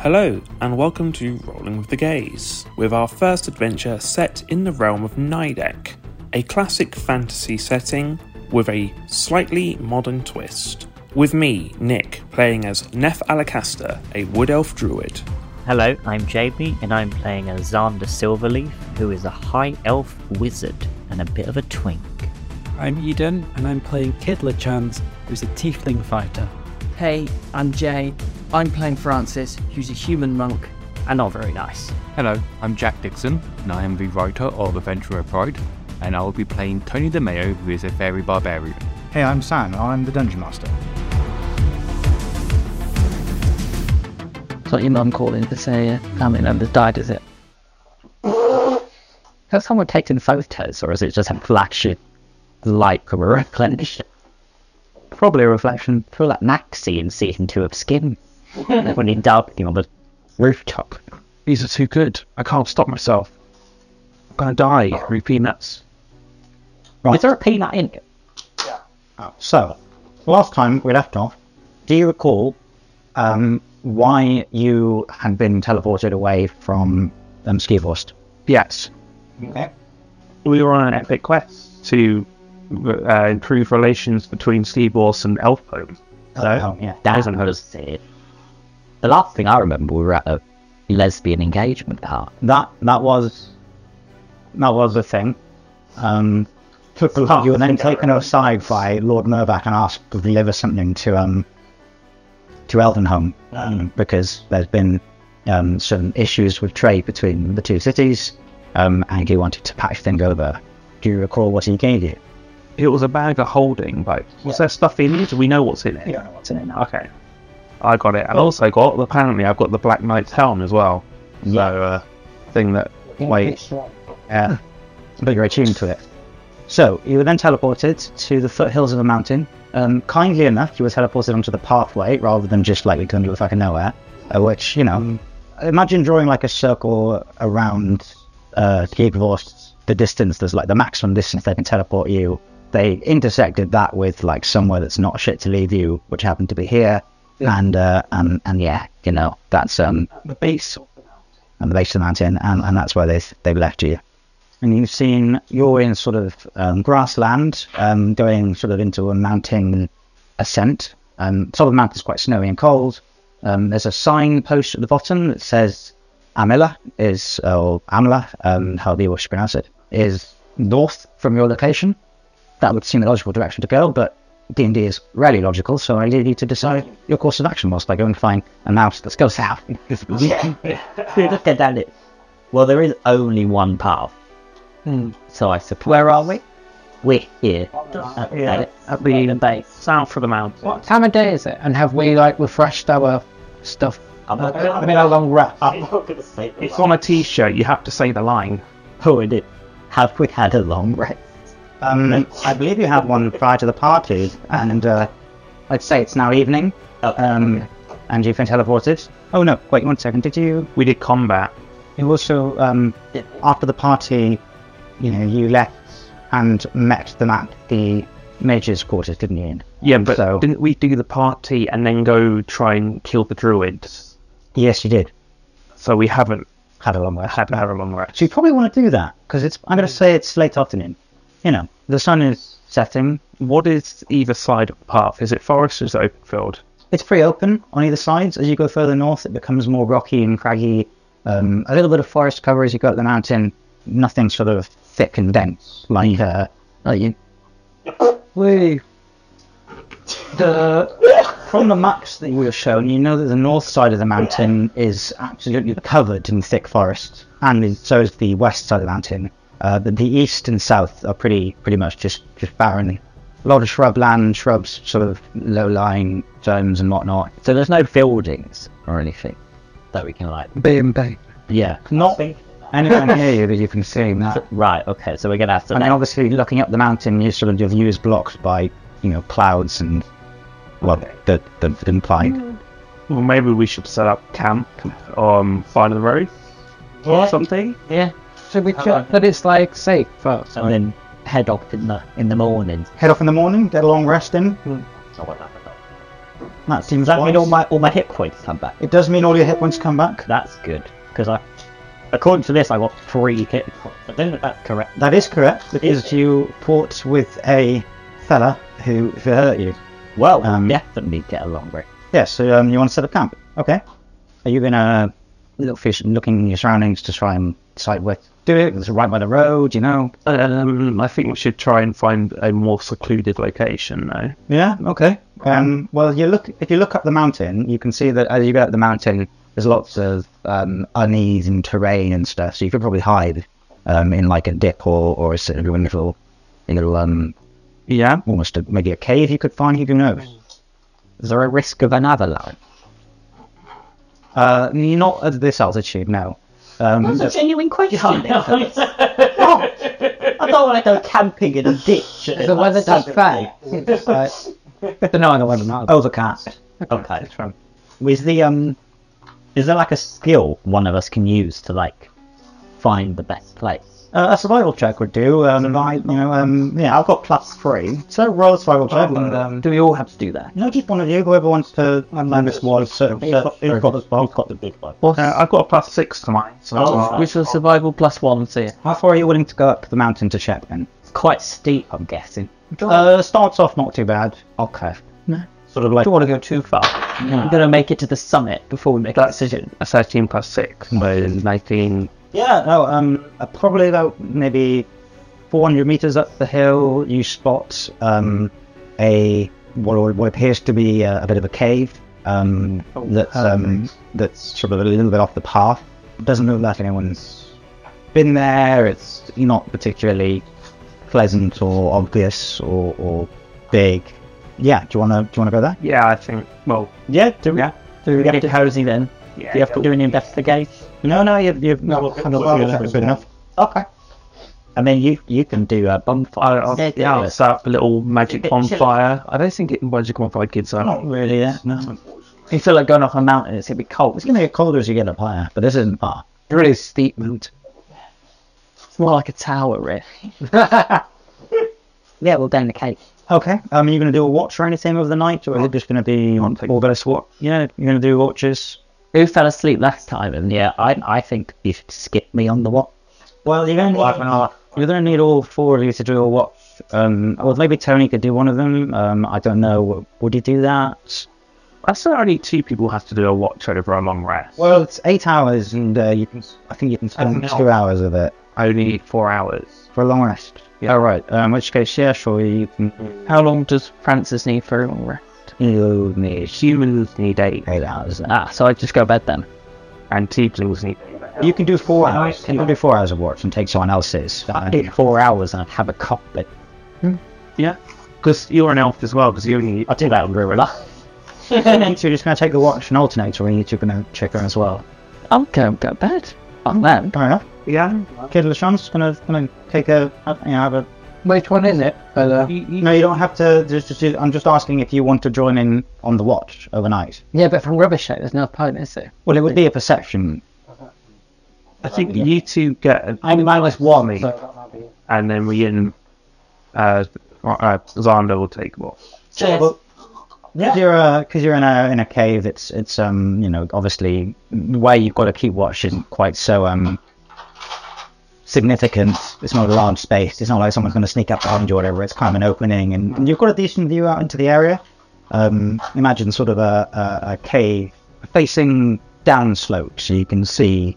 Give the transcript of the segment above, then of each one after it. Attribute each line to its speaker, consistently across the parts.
Speaker 1: Hello, and welcome to Rolling with the Gaze, with our first adventure set in the realm of Nidec, a classic fantasy setting with a slightly modern twist. With me, Nick, playing as Neph Alacaster, a wood elf druid.
Speaker 2: Hello, I'm Jamie, and I'm playing as Xander Silverleaf, who is a high elf wizard and a bit of a twink.
Speaker 3: I'm Eden, and I'm playing Kid Lachans, who's a tiefling fighter.
Speaker 4: Hey, I'm Jay. I'm playing Francis, who's a human monk and not very nice.
Speaker 5: Hello, I'm Jack Dixon, and I am the writer of Adventurer Pride, and I will be playing Tony DeMeo, who is a fairy barbarian.
Speaker 6: Hey, I'm Sam, and I'm the Dungeon Master.
Speaker 4: It's not your mum calling to say uh, family members died, is it?
Speaker 2: Has someone taken photos, or is it just a flagship light from a reflection? Probably a reflection through that Maxi in season two of Skin. when he darting on the rooftop.
Speaker 7: These are too good. I can't stop myself. I'm gonna die. Repeat nuts.
Speaker 2: Is there a peanut in it?
Speaker 6: So, last time we left off, do you recall um, why you had been teleported away from um, Skivorst?
Speaker 7: Yes.
Speaker 6: Okay.
Speaker 7: We were on an epic quest to uh, improve relations between Steebors and Elfholm.
Speaker 6: Oh, yeah.
Speaker 2: That hasn't heard us say it. The last thing I remember, we were at a lesbian engagement part.
Speaker 6: That that was that was a thing. Um, you were then taken aside by Lord Murvak and asked to deliver something to um to Elvenholm um, because there's been um, some issues with trade between the two cities, um, and he wanted to patch things over. Do you recall what he gave you?
Speaker 7: It was a bag of holding, but was there stuff in it? Do we know what's in it?
Speaker 6: don't know what's in it now.
Speaker 7: Okay. I got it. And also got, apparently, I've got the Black Knight's helm as well. So, uh, thing that, wait,
Speaker 6: Yeah, but you're attuned to it. So you were then teleported to the foothills of a mountain. Um, kindly enough, you were teleported onto the pathway rather than just like we couldn't do a fucking nowhere. Uh, which you know,
Speaker 7: Mm.
Speaker 6: imagine drawing like a circle around uh, Kievorst, the distance that's like the maximum distance they can teleport you. They intersected that with like somewhere that's not shit to leave you, which happened to be here. And uh, and and yeah, you know that's um
Speaker 7: the base.
Speaker 6: at the base of the mountain, and, and that's where they've, they've left you. And you've seen you're in sort of um, grassland, um, going sort of into a mountain ascent. Um, top of the mountain is quite snowy and cold. Um, there's a signpost at the bottom that says Amila is or Amla, um, however you wish to pronounce it, is north from your location. That would seem a logical direction to go, but D and D is rarely logical, so I leave you to decide your course of action whilst I go and find a mouse. Let's go south.
Speaker 2: Look at that. Well, there is only one path. So I suppose.
Speaker 6: Where are we?
Speaker 2: We're here. Uh,
Speaker 7: Yeah, at the base. south of the mountain. What?
Speaker 8: time of day is it? And have we like refreshed our stuff?
Speaker 2: I'm not
Speaker 6: Uh, I mean, a long rest.
Speaker 2: going to say it.
Speaker 7: It's on a t shirt. You have to say the line.
Speaker 2: Oh, it is. Have we had a long rest?
Speaker 6: Um, I believe you had one prior to the party, and uh, I'd say it's now evening.
Speaker 2: Oh,
Speaker 6: Um, and you've been teleported. Oh no, wait one second. Did you?
Speaker 7: We did combat.
Speaker 6: You also, um, after the party, you know, you left and met them at the mage's quarters, didn't you?
Speaker 7: Yeah, but
Speaker 6: So-
Speaker 7: didn't we do the party and then go try and kill the druids?
Speaker 6: Yes, you did.
Speaker 7: So we haven't
Speaker 6: Had a long rest.
Speaker 7: had had a long rest.
Speaker 6: So you probably want to do that because it's. I'm going to say it's late afternoon. You know, the sun is setting.
Speaker 7: What is either side of the path? Is it forest or is it open field?
Speaker 6: It's pretty open on either sides. As you go further north, it becomes more rocky and craggy. Um, a little bit of forest cover as you go up the mountain. Nothing sort of thick and dense like uh, like you. Woo. The from the maps that you were shown, you know that the north side of the mountain is absolutely covered in thick forest, and so is the west side of the mountain. Uh, but the east and south are pretty pretty much just just barren. A lot of shrubland, shrubs, sort of low-lying zones and whatnot.
Speaker 2: So there's no buildings or anything that we can like.
Speaker 8: B&B.
Speaker 6: Yeah. Not anyone near you that you can see now.
Speaker 2: Right. Okay. So we're gonna have to.
Speaker 6: And then obviously looking up the mountain, you sort of your view is blocked by, you know, clouds and well, the, the, the implied.
Speaker 7: Well, maybe we should set up camp on side of the road or something.
Speaker 2: yeah.
Speaker 8: Should we check that it's like safe first?
Speaker 2: And then head off in the in the morning.
Speaker 6: Head off in the morning, get a long rest in.
Speaker 2: So what happened?
Speaker 6: That seems
Speaker 2: Does that mean
Speaker 6: wise.
Speaker 2: all my all my hit points come back?
Speaker 6: It does mean all your hit points come back.
Speaker 2: That's good because I, according to this, I got three hit points. I don't know if that's correct.
Speaker 6: That is correct because you fought with a fella who, who hurt you.
Speaker 2: Well,
Speaker 6: Um,
Speaker 2: definitely get a long break.
Speaker 6: Yes, so um, you want to set up camp? Okay. Are you gonna look fish, looking in your surroundings to try and decide where to do it? Is it right by the road? You know?
Speaker 7: Um, I think we should try and find a more secluded location, though.
Speaker 6: Yeah. Okay. Um, well, you look if you look up the mountain, you can see that as you go up the mountain, there's lots of um, uneven terrain and stuff. So you could probably hide um, in like a dip or or a sort of a little, a little um,
Speaker 7: Yeah.
Speaker 6: almost a, maybe a cave you could find. Who knows?
Speaker 2: Is there a risk of an avalanche?
Speaker 6: Uh, not at this altitude, no. Um,
Speaker 2: That's a genuine question.
Speaker 6: Oh,
Speaker 2: I don't want to go camping in a ditch.
Speaker 8: The weather does fail.
Speaker 6: uh,
Speaker 8: But no, I don't know.
Speaker 6: overcast.
Speaker 2: Okay. Is the um, is there like a skill one of us can use to like find the best place?
Speaker 6: Uh, a survival check would do. Um,
Speaker 2: Mm-hmm.
Speaker 6: I, you know, um, yeah, I've got plus three. So roll a survival check. and, um,
Speaker 2: Do we all have to do that?
Speaker 6: you know, just one of you, whoever wants to unland this one, sort of, who's got the spot.
Speaker 2: got the big one.
Speaker 7: Uh, I've got a plus six to mine, so
Speaker 2: Oh,
Speaker 8: Which was survival plus one, see it.
Speaker 6: How far are you willing to go up the mountain to check then?
Speaker 2: It's quite steep, I'm guessing.
Speaker 6: Uh, starts off not too bad.
Speaker 2: Okay.
Speaker 6: Sort of like,
Speaker 8: Don't want to go too far.
Speaker 2: I'm gonna make it to the summit before we make a decision.
Speaker 7: a 13 plus 6, so 19.
Speaker 6: yeah, no, um, uh, probably about maybe 400 meters up the hill, you spot, um, a, what, what appears to be a, a bit of a cave, um,
Speaker 7: Oh,
Speaker 6: that's, um, that's sort of a little bit off the path. Doesn't look like anyone's been there. It's not particularly pleasant or obvious or, or big. Yeah, do you want to do you want to go there?
Speaker 7: Yeah, I think, well,
Speaker 6: Yeah, do we?
Speaker 7: Yeah.
Speaker 6: Do we
Speaker 2: Get
Speaker 6: get
Speaker 2: it
Speaker 6: to?
Speaker 2: cozy then.
Speaker 7: yeah.
Speaker 2: Do you have to do an investigation?
Speaker 6: No, no, you've you've no, good enough. Okay.
Speaker 2: And then you you can do a
Speaker 7: I,
Speaker 2: bonfire.
Speaker 7: I'll, Oh, yeah,
Speaker 6: Oh.
Speaker 7: I'll set up a little magic bonfire. I don't think it magic bonfire kids are.
Speaker 6: Not really. Yeah, no.
Speaker 2: You feel like going off a mountain. It's gonna be cold.
Speaker 6: It's gonna get colder as you get up higher, but this isn't far.
Speaker 8: Really steep mountain.
Speaker 2: It's more like a tower, really. yeah, well, down the cave.
Speaker 6: Okay. Um, are you gonna do a watch or anything over the night, or is it just gonna be on all better swat? Yeah, you're gonna do watches.
Speaker 2: Who fell asleep last time? And yeah, I I think you should skip me on the watch.
Speaker 6: Well, you're gonna need, you're gonna need all four of you to do a watch. Um, well, maybe Tony could do one of them. Um, I don't know. Would you do that?
Speaker 7: That's only two people have to do a watch over a long rest.
Speaker 6: Well, it's eight hours, and uh, you can. I think you can spend two hours of it
Speaker 7: Only four hours.
Speaker 6: for a long rest.
Speaker 7: Yeah.
Speaker 6: All right. Um, in which case, yeah, sure. You can.
Speaker 8: How long does Francis need for a long rest?
Speaker 6: You need
Speaker 7: Humans need eight,
Speaker 6: eight hours.
Speaker 8: Ah, so I just go to bed then.
Speaker 7: and tieflings need
Speaker 6: You can do four hours. You can do four hours of watch and take someone else's.
Speaker 2: I did four hours and I'd have a cockpit.
Speaker 7: Yeah, because you're an elf as well, because you only.
Speaker 2: I'll do that in real life.
Speaker 6: you two are just going to take the watch and alternate, or you two are going to check her as well.
Speaker 8: I'll go go to bed. I'm then.
Speaker 6: Fair enough.
Speaker 7: Yeah.
Speaker 6: Kid Lachante's going to going to take a. You know, have a.
Speaker 8: Which one is it? But, uh,
Speaker 6: No, you don't have to. Just, just, I'm just asking if you want to join in on the watch overnight.
Speaker 8: yeah, but from rubbish shape, there's no point, is there?
Speaker 6: Well, it would be a perception.
Speaker 7: I think you two get an
Speaker 6: I'm minus one.
Speaker 7: and then we in uh, uh Zander will take what?
Speaker 6: Yeah, you're because you're in a in a cave. It's it's um you know obviously the way you've got to keep watch isn't quite so um significant. It's not a large space. It's not like someone's going to sneak up behind you or whatever. It's kind of an opening, and, and you've got a decent view out into the area. Um, imagine sort of a, a, a cave facing down slope, so you can see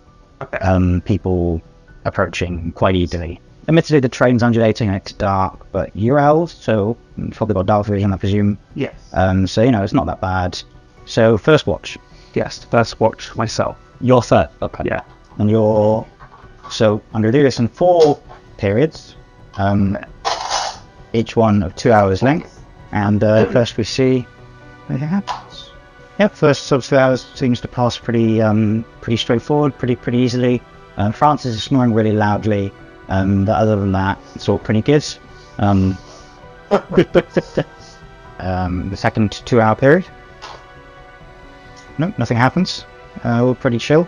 Speaker 6: um, people approaching quite easily. Admittedly, the train's undulating and it's dark, but you're elves, so probably got dark vision, I presume.
Speaker 7: Yes.
Speaker 6: Um, so you know it's not that bad. So first watch,
Speaker 7: Yes. First watch myself.
Speaker 6: your third, okay,
Speaker 7: Yeah.
Speaker 6: and your so I'm gonna do this in four periods, um, each one of two hours length, and uh, first we see anything happens. Yep, first sub two hours seems to pass pretty um, pretty straightforward, pretty pretty easily. Um, Francis is snoring really loudly, um, but other than that, it's all pretty good. Um, um, the second two-hour period. Nope, nothing happens. Uh, we're pretty chill.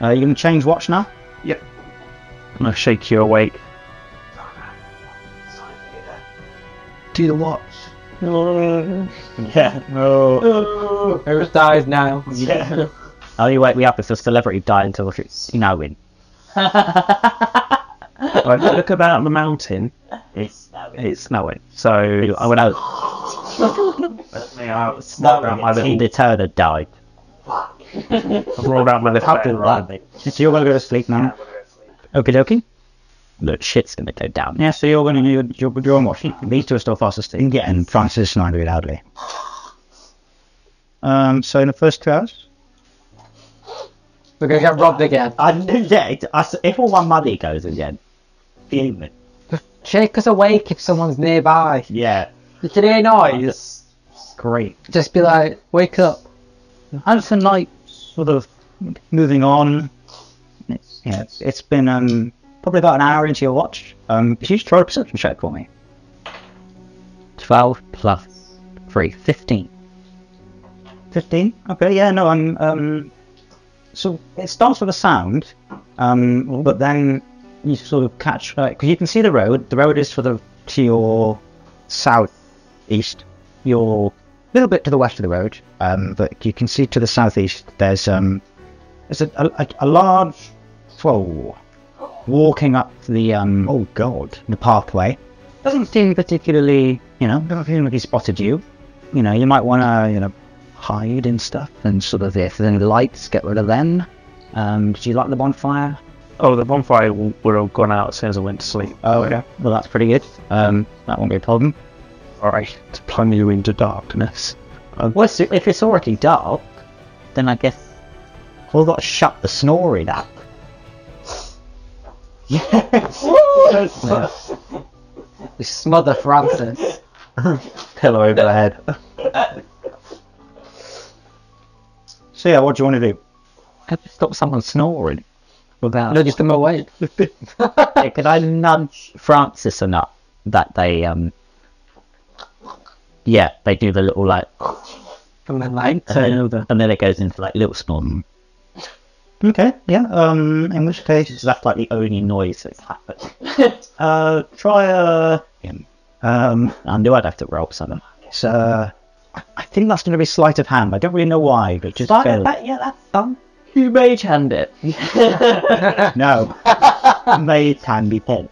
Speaker 6: Uh, you gonna change watch now?
Speaker 7: I'm gonna shake you awake.
Speaker 8: Do the watch.
Speaker 6: Yeah. No.
Speaker 8: Who's dies now?
Speaker 6: Yeah.
Speaker 2: Oh, you wake me up if the celebrity died until it's snowing.
Speaker 7: I look about the mountain.
Speaker 2: It's snowing.
Speaker 7: It's snowing. So I went out. I
Speaker 2: Snowing.
Speaker 7: my little-
Speaker 2: Teen Turner died.
Speaker 7: rolled out my little bed.
Speaker 6: So you're gonna go to sleep now. Okie dokie.
Speaker 2: Look, shit's gonna go down.
Speaker 6: Yeah. So you're gonna do your, your, your own watch. These two are still fast asleep. Yeah. And Francis and I do it loudly. Um. So in the first two hours.
Speaker 8: We're gonna get robbed again.
Speaker 2: I knew yeah, it, I, s- if all my money goes again, fuming.
Speaker 8: Shake us awake if someone's nearby.
Speaker 2: Yeah.
Speaker 8: You can hear noise.
Speaker 2: Great.
Speaker 8: Just be like, wake up.
Speaker 6: As the night sort of moving on, it's, yeah, it's, it's been um, probably about an hour into your watch. Um, if you just try a perception check for me.
Speaker 2: 12 plus 3, 15.
Speaker 6: 15? Okay, yeah, no, I'm. Um, so it starts with a sound, um, but then you sort of catch. Because you can see the road. The road is sort of to your southeast. You're a little bit to the west of the road, um, but you can see to the southeast there's um, there's a, a, a large. Whoa. Walking up the um, oh god, the pathway doesn't seem particularly, you know, doesn't seem like he spotted you. You know, you might want to, you know, hide and stuff, and sort of if there's any lights, get rid of them. Um, did you light the bonfire?
Speaker 7: Oh, the bonfire w- would have gone out as soon as I went to sleep.
Speaker 6: Oh, yeah. Well, that's pretty good. Um, that won't be a problem.
Speaker 7: All right, to plunge you into darkness.
Speaker 2: Well, so if it's already dark, then I guess
Speaker 6: Well, we've got to shut the snoring up.
Speaker 8: We smother Francis.
Speaker 6: Pillow over the head. so yeah, what do you want to do?
Speaker 2: I could stop someone snoring without.
Speaker 8: Nudge them awake.
Speaker 2: Hey, could I nudge Francis enough that they, um. Yeah, they do the little, like,
Speaker 8: From the light.
Speaker 2: Uh-huh. and then it goes into, like, little snore.
Speaker 6: Hmm. Okay, yeah. Um, in which case,
Speaker 2: So that's, like, the only noise that's happened.
Speaker 6: uh, try a um,
Speaker 2: I knew I'd have to roll something.
Speaker 6: it's, uh, I- I think that's going to be sleight of hand. I don't really know why, but just fail.
Speaker 2: yeah, that's fun.
Speaker 4: You mage hand it.
Speaker 6: No. they can be pinned.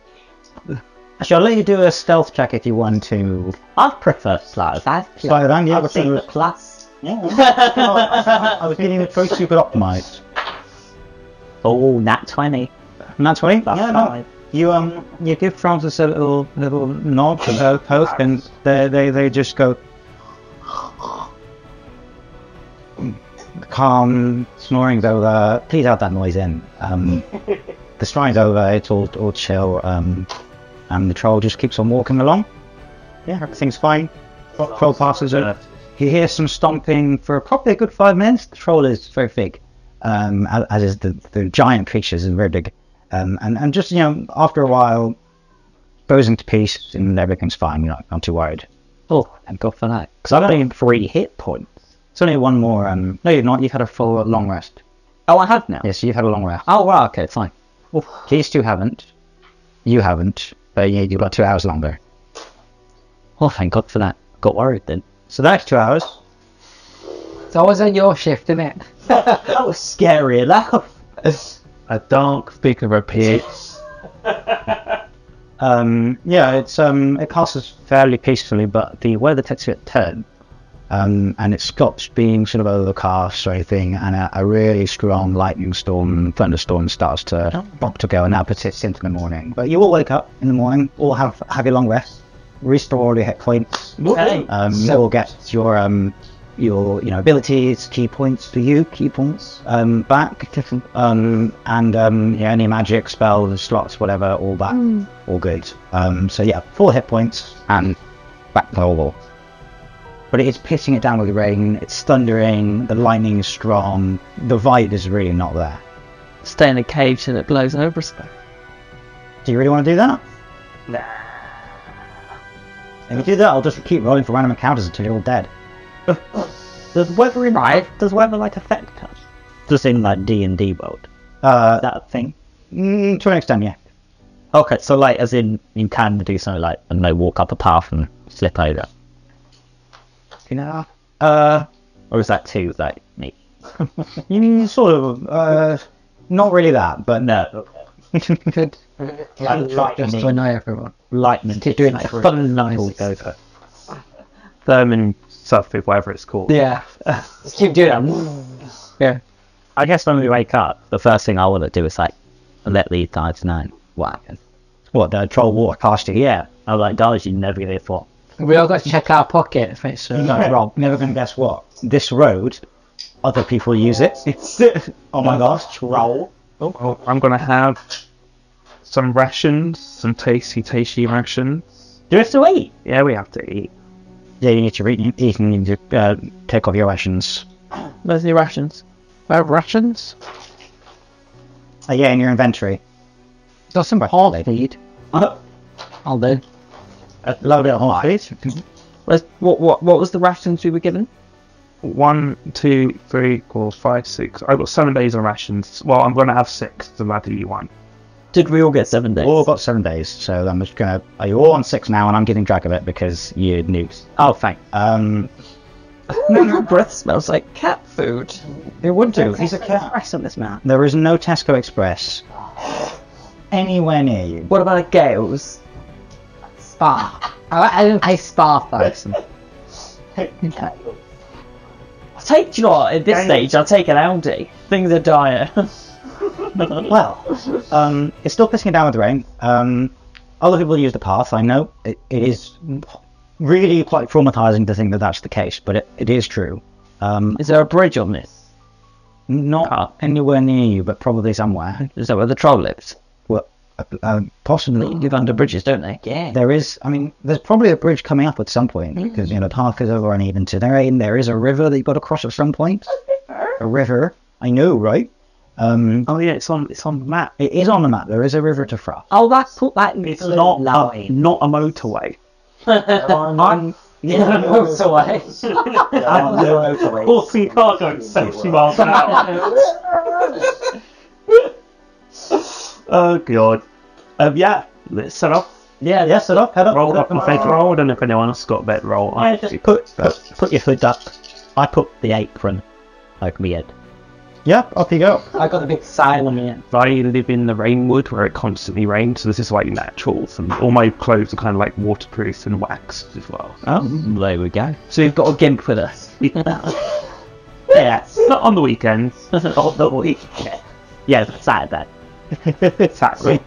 Speaker 6: Actually, I'll let you do a stealth check if you want to.
Speaker 2: I prefer slow. That's
Speaker 6: Sleight of hand, yeah,
Speaker 2: I've seen the
Speaker 6: absolutely.
Speaker 2: plus.
Speaker 6: I was getting a choice you could optimize.
Speaker 2: Oh, nat 20.
Speaker 6: And that's right.
Speaker 2: That's
Speaker 6: yeah, no.
Speaker 2: fine.
Speaker 6: You um, you give Francis a little little nod to her post, and they they, they just go calm snoring's over. Please add that noise in. Um, the snoring's over. It's all all chill. Um, and the troll just keeps on walking along. Yeah, everything's fine. Tro- Troll passes it. You hear some stomping for probably a good five minutes. The troll is very big, um, a- as is the, the giant creatures is very big. Um, and, and just, you know, after a while, goes into peace and everything's fine. You're not, not too worried.
Speaker 2: Oh, and God for that. Because
Speaker 6: I've
Speaker 2: I've been
Speaker 6: only-
Speaker 2: three hit points.
Speaker 6: It's only one more. Um, no, you've not. You've had a full long rest.
Speaker 2: Oh, I have now.
Speaker 6: Yes, you've had a long rest.
Speaker 2: Oh, wow, okay, fine.
Speaker 6: These two haven't. You haven't. But yeah, you've got two hours longer.
Speaker 2: Oh, thank God for that. Got worried then.
Speaker 6: So that's two hours.
Speaker 8: It's always on your shift, isn't it?
Speaker 2: That was scary enough.
Speaker 7: A dark figure appeared.
Speaker 6: Um, yeah, it's um, it passes fairly peacefully, but the weather takes a bit turn, um, and it stops being sort of overcast or anything, and a, a really strong lightning storm, thunderstorm starts to to go, and that persists into the morning. But you all wake up in the morning, all have have your long rest, restore all your hit points. Um, you all get your um, your you know abilities, key points for you, key points um, back, um, and um, yeah, any magic spells, slots, whatever, all back, all good. Um, so yeah, four hit points and back to all. But it is pissing it down with the rain. It's thundering. The lightning is strong. The vibe is really not there.
Speaker 4: Stay in a cave till it blows over us.
Speaker 6: Do you really want to do that? Nah. If you do that, I'll just keep rolling for random encounters until you're all dead.
Speaker 2: Does weather in Does weather like affect us? Just in like D and D world,
Speaker 6: Uh,
Speaker 2: that thing.
Speaker 6: mm, to an extent, yeah.
Speaker 2: Okay, so like as in you can do something like and they walk up a path and slip over.
Speaker 6: You know, uh,
Speaker 2: Or is that too, like, me?
Speaker 6: you mean sort of, uh, not really that, but no.
Speaker 8: Good.
Speaker 6: I'm trying
Speaker 8: Just to
Speaker 6: to
Speaker 8: annoy everyone.
Speaker 2: Lightning.
Speaker 8: Keep doing
Speaker 2: like,
Speaker 8: that for
Speaker 2: fun
Speaker 8: analysis.
Speaker 2: over.
Speaker 7: Thermin Surfit, whatever it's called.
Speaker 8: Yeah. Just keep doing that. Yeah.
Speaker 2: I guess when we wake up, the first thing I want to do is, like, let these guys know what happened.
Speaker 6: What, the troll water caster? Yeah.
Speaker 2: Yeah. I'm like, guys, you never get it for.
Speaker 8: We all got to check our pocket if it's uh,
Speaker 6: No, Rob, never going to guess what. This road, other people use it. It's, oh my gosh, troll.
Speaker 7: Well, I'm gonna have some rations, some tasty, tasty rations.
Speaker 2: Do it to eat.
Speaker 7: Yeah, we have to eat.
Speaker 6: Yeah, you need to read, you can need to, uh, take off your rations.
Speaker 9: Mm-hmm.
Speaker 7: Where's the rations? Where rations?
Speaker 6: Uh, yeah, in your inventory.
Speaker 8: Got some pork feed.
Speaker 6: Uh,
Speaker 8: I'll do.
Speaker 6: a little bit of light.
Speaker 9: Where's, what what what was the rations we were given?
Speaker 7: One, two, three, four, five, six. I've got seven days of rations. Well, I'm gonna have six, so that'll be one.
Speaker 2: Did we all get seven days?
Speaker 6: We've
Speaker 9: Oh.
Speaker 6: all Oh, got seven days, so I'm just gonna. Are you all on six now? And I'm getting drag of it because you nukes.
Speaker 2: oh, thank.
Speaker 6: Um,
Speaker 9: Your breath smells like cat food.
Speaker 6: it would do. He's a cat.
Speaker 9: Christ on this man.
Speaker 6: There is no Tesco Express anywhere near you.
Speaker 9: What about a Gales?
Speaker 8: Spa. I, I didn't pay spa first.
Speaker 9: I'll take do you know what, at this stage I'll take an Aldi. Things are dire.
Speaker 6: Well, um, it's still pissing it down with rain. Um, other people use the path. I know it, it is really quite traumatizing to think that that's the case, but it, it is true. Um,
Speaker 9: Is there a bridge on this?
Speaker 6: not anywhere near you, but probably somewhere.
Speaker 9: Is that where the troll lives?
Speaker 6: Well, uh, um, possibly.
Speaker 9: They live under bridges, don't they? Yeah.
Speaker 6: There is, I mean, there's probably a bridge coming up at some
Speaker 7: Hmm.
Speaker 6: point because you know the park is over uneven terrain. There is a river that you've got to cross at some point. A river, I know, right? Um,
Speaker 7: Oh yeah, it's on. It's on the map.
Speaker 6: it is on the map. There is a river to Fra.
Speaker 9: Oh that put that in it's
Speaker 7: not
Speaker 9: line.
Speaker 7: Not a motorway.
Speaker 9: I'm yeah, moves away.
Speaker 7: Horse car going seventy miles an hour. oh god. Um, yeah, let's set off.
Speaker 6: Yeah, yeah, set up, head up.
Speaker 7: Roll
Speaker 6: head
Speaker 7: up and fed roll. I don't know if anyone else got bed roll.
Speaker 6: I just put, put put your hood up. I put the apron.
Speaker 2: Like me, Ed.
Speaker 6: Yep, up you go.
Speaker 9: I got a big sign on me.
Speaker 7: I live in the rainwood where it constantly rains, so this is like natural. And all my clothes are kind of like waterproof and waxed as well.
Speaker 2: Oh,
Speaker 9: Mm-hmm.
Speaker 2: there we go.
Speaker 9: So we've got a gimp with us.
Speaker 7: yeah, not on the weekends.
Speaker 2: Not the week. Yeah, it's Saturday.
Speaker 7: exactly.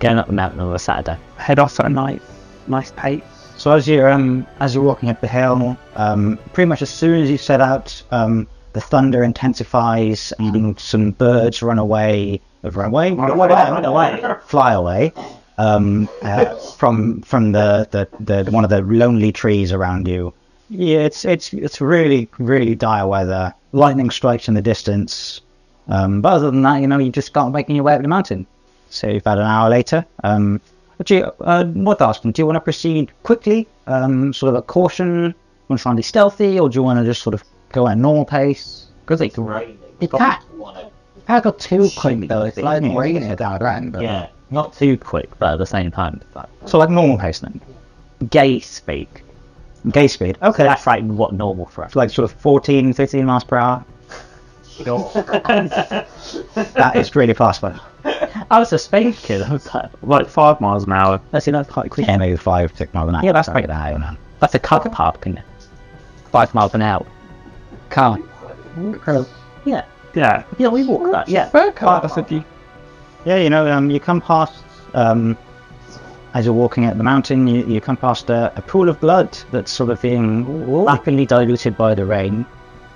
Speaker 2: Going up the mountain on a Saturday.
Speaker 7: Head off at a nice, nice pace.
Speaker 6: So as you're um, as you're walking up the hill, um, pretty much as soon as you set out, um, the thunder intensifies and some birds run away, run away, run away, run away, fly away um, uh, from from the, the, the one of the lonely trees around you. Yeah, it's it's it's really really dire weather. Lightning strikes in the distance, um, but other than that, you know, you just start making your way up the mountain. So about an hour later, um, do you, uh, what asking? Do you want to proceed quickly, um, sort of a caution? Want to try and be stealthy, or do you want to just sort of go at a normal pace?
Speaker 9: Because it's raining.
Speaker 8: You can't. I got too quick though. It's like raining down around. But
Speaker 2: Yeah. Not too quick, but at the same time, it's like
Speaker 6: So like normal pace then.
Speaker 2: gay speak.
Speaker 6: Gay speed. Okay, that's
Speaker 2: That's like what normal for us.
Speaker 6: like sort of 14, 15 miles per hour. that is really fast, but
Speaker 2: I was a space kid. I was like,
Speaker 7: Like five miles an hour.
Speaker 2: that's you know, quite quick.
Speaker 6: yeah, maybe five, six miles an hour.
Speaker 2: Yeah, that's
Speaker 6: Sorry,
Speaker 2: like-
Speaker 6: an hour, man.
Speaker 2: That's a car park, isn't it? Five miles an hour.
Speaker 8: Can't.
Speaker 2: Yeah.
Speaker 7: Yeah.
Speaker 2: Yeah, we walk that. Yeah.
Speaker 6: Yeah, you know, um, you come past um, as you're walking up the mountain, you, you come past a, a pool of blood that's sort of being rapidly diluted by the rain.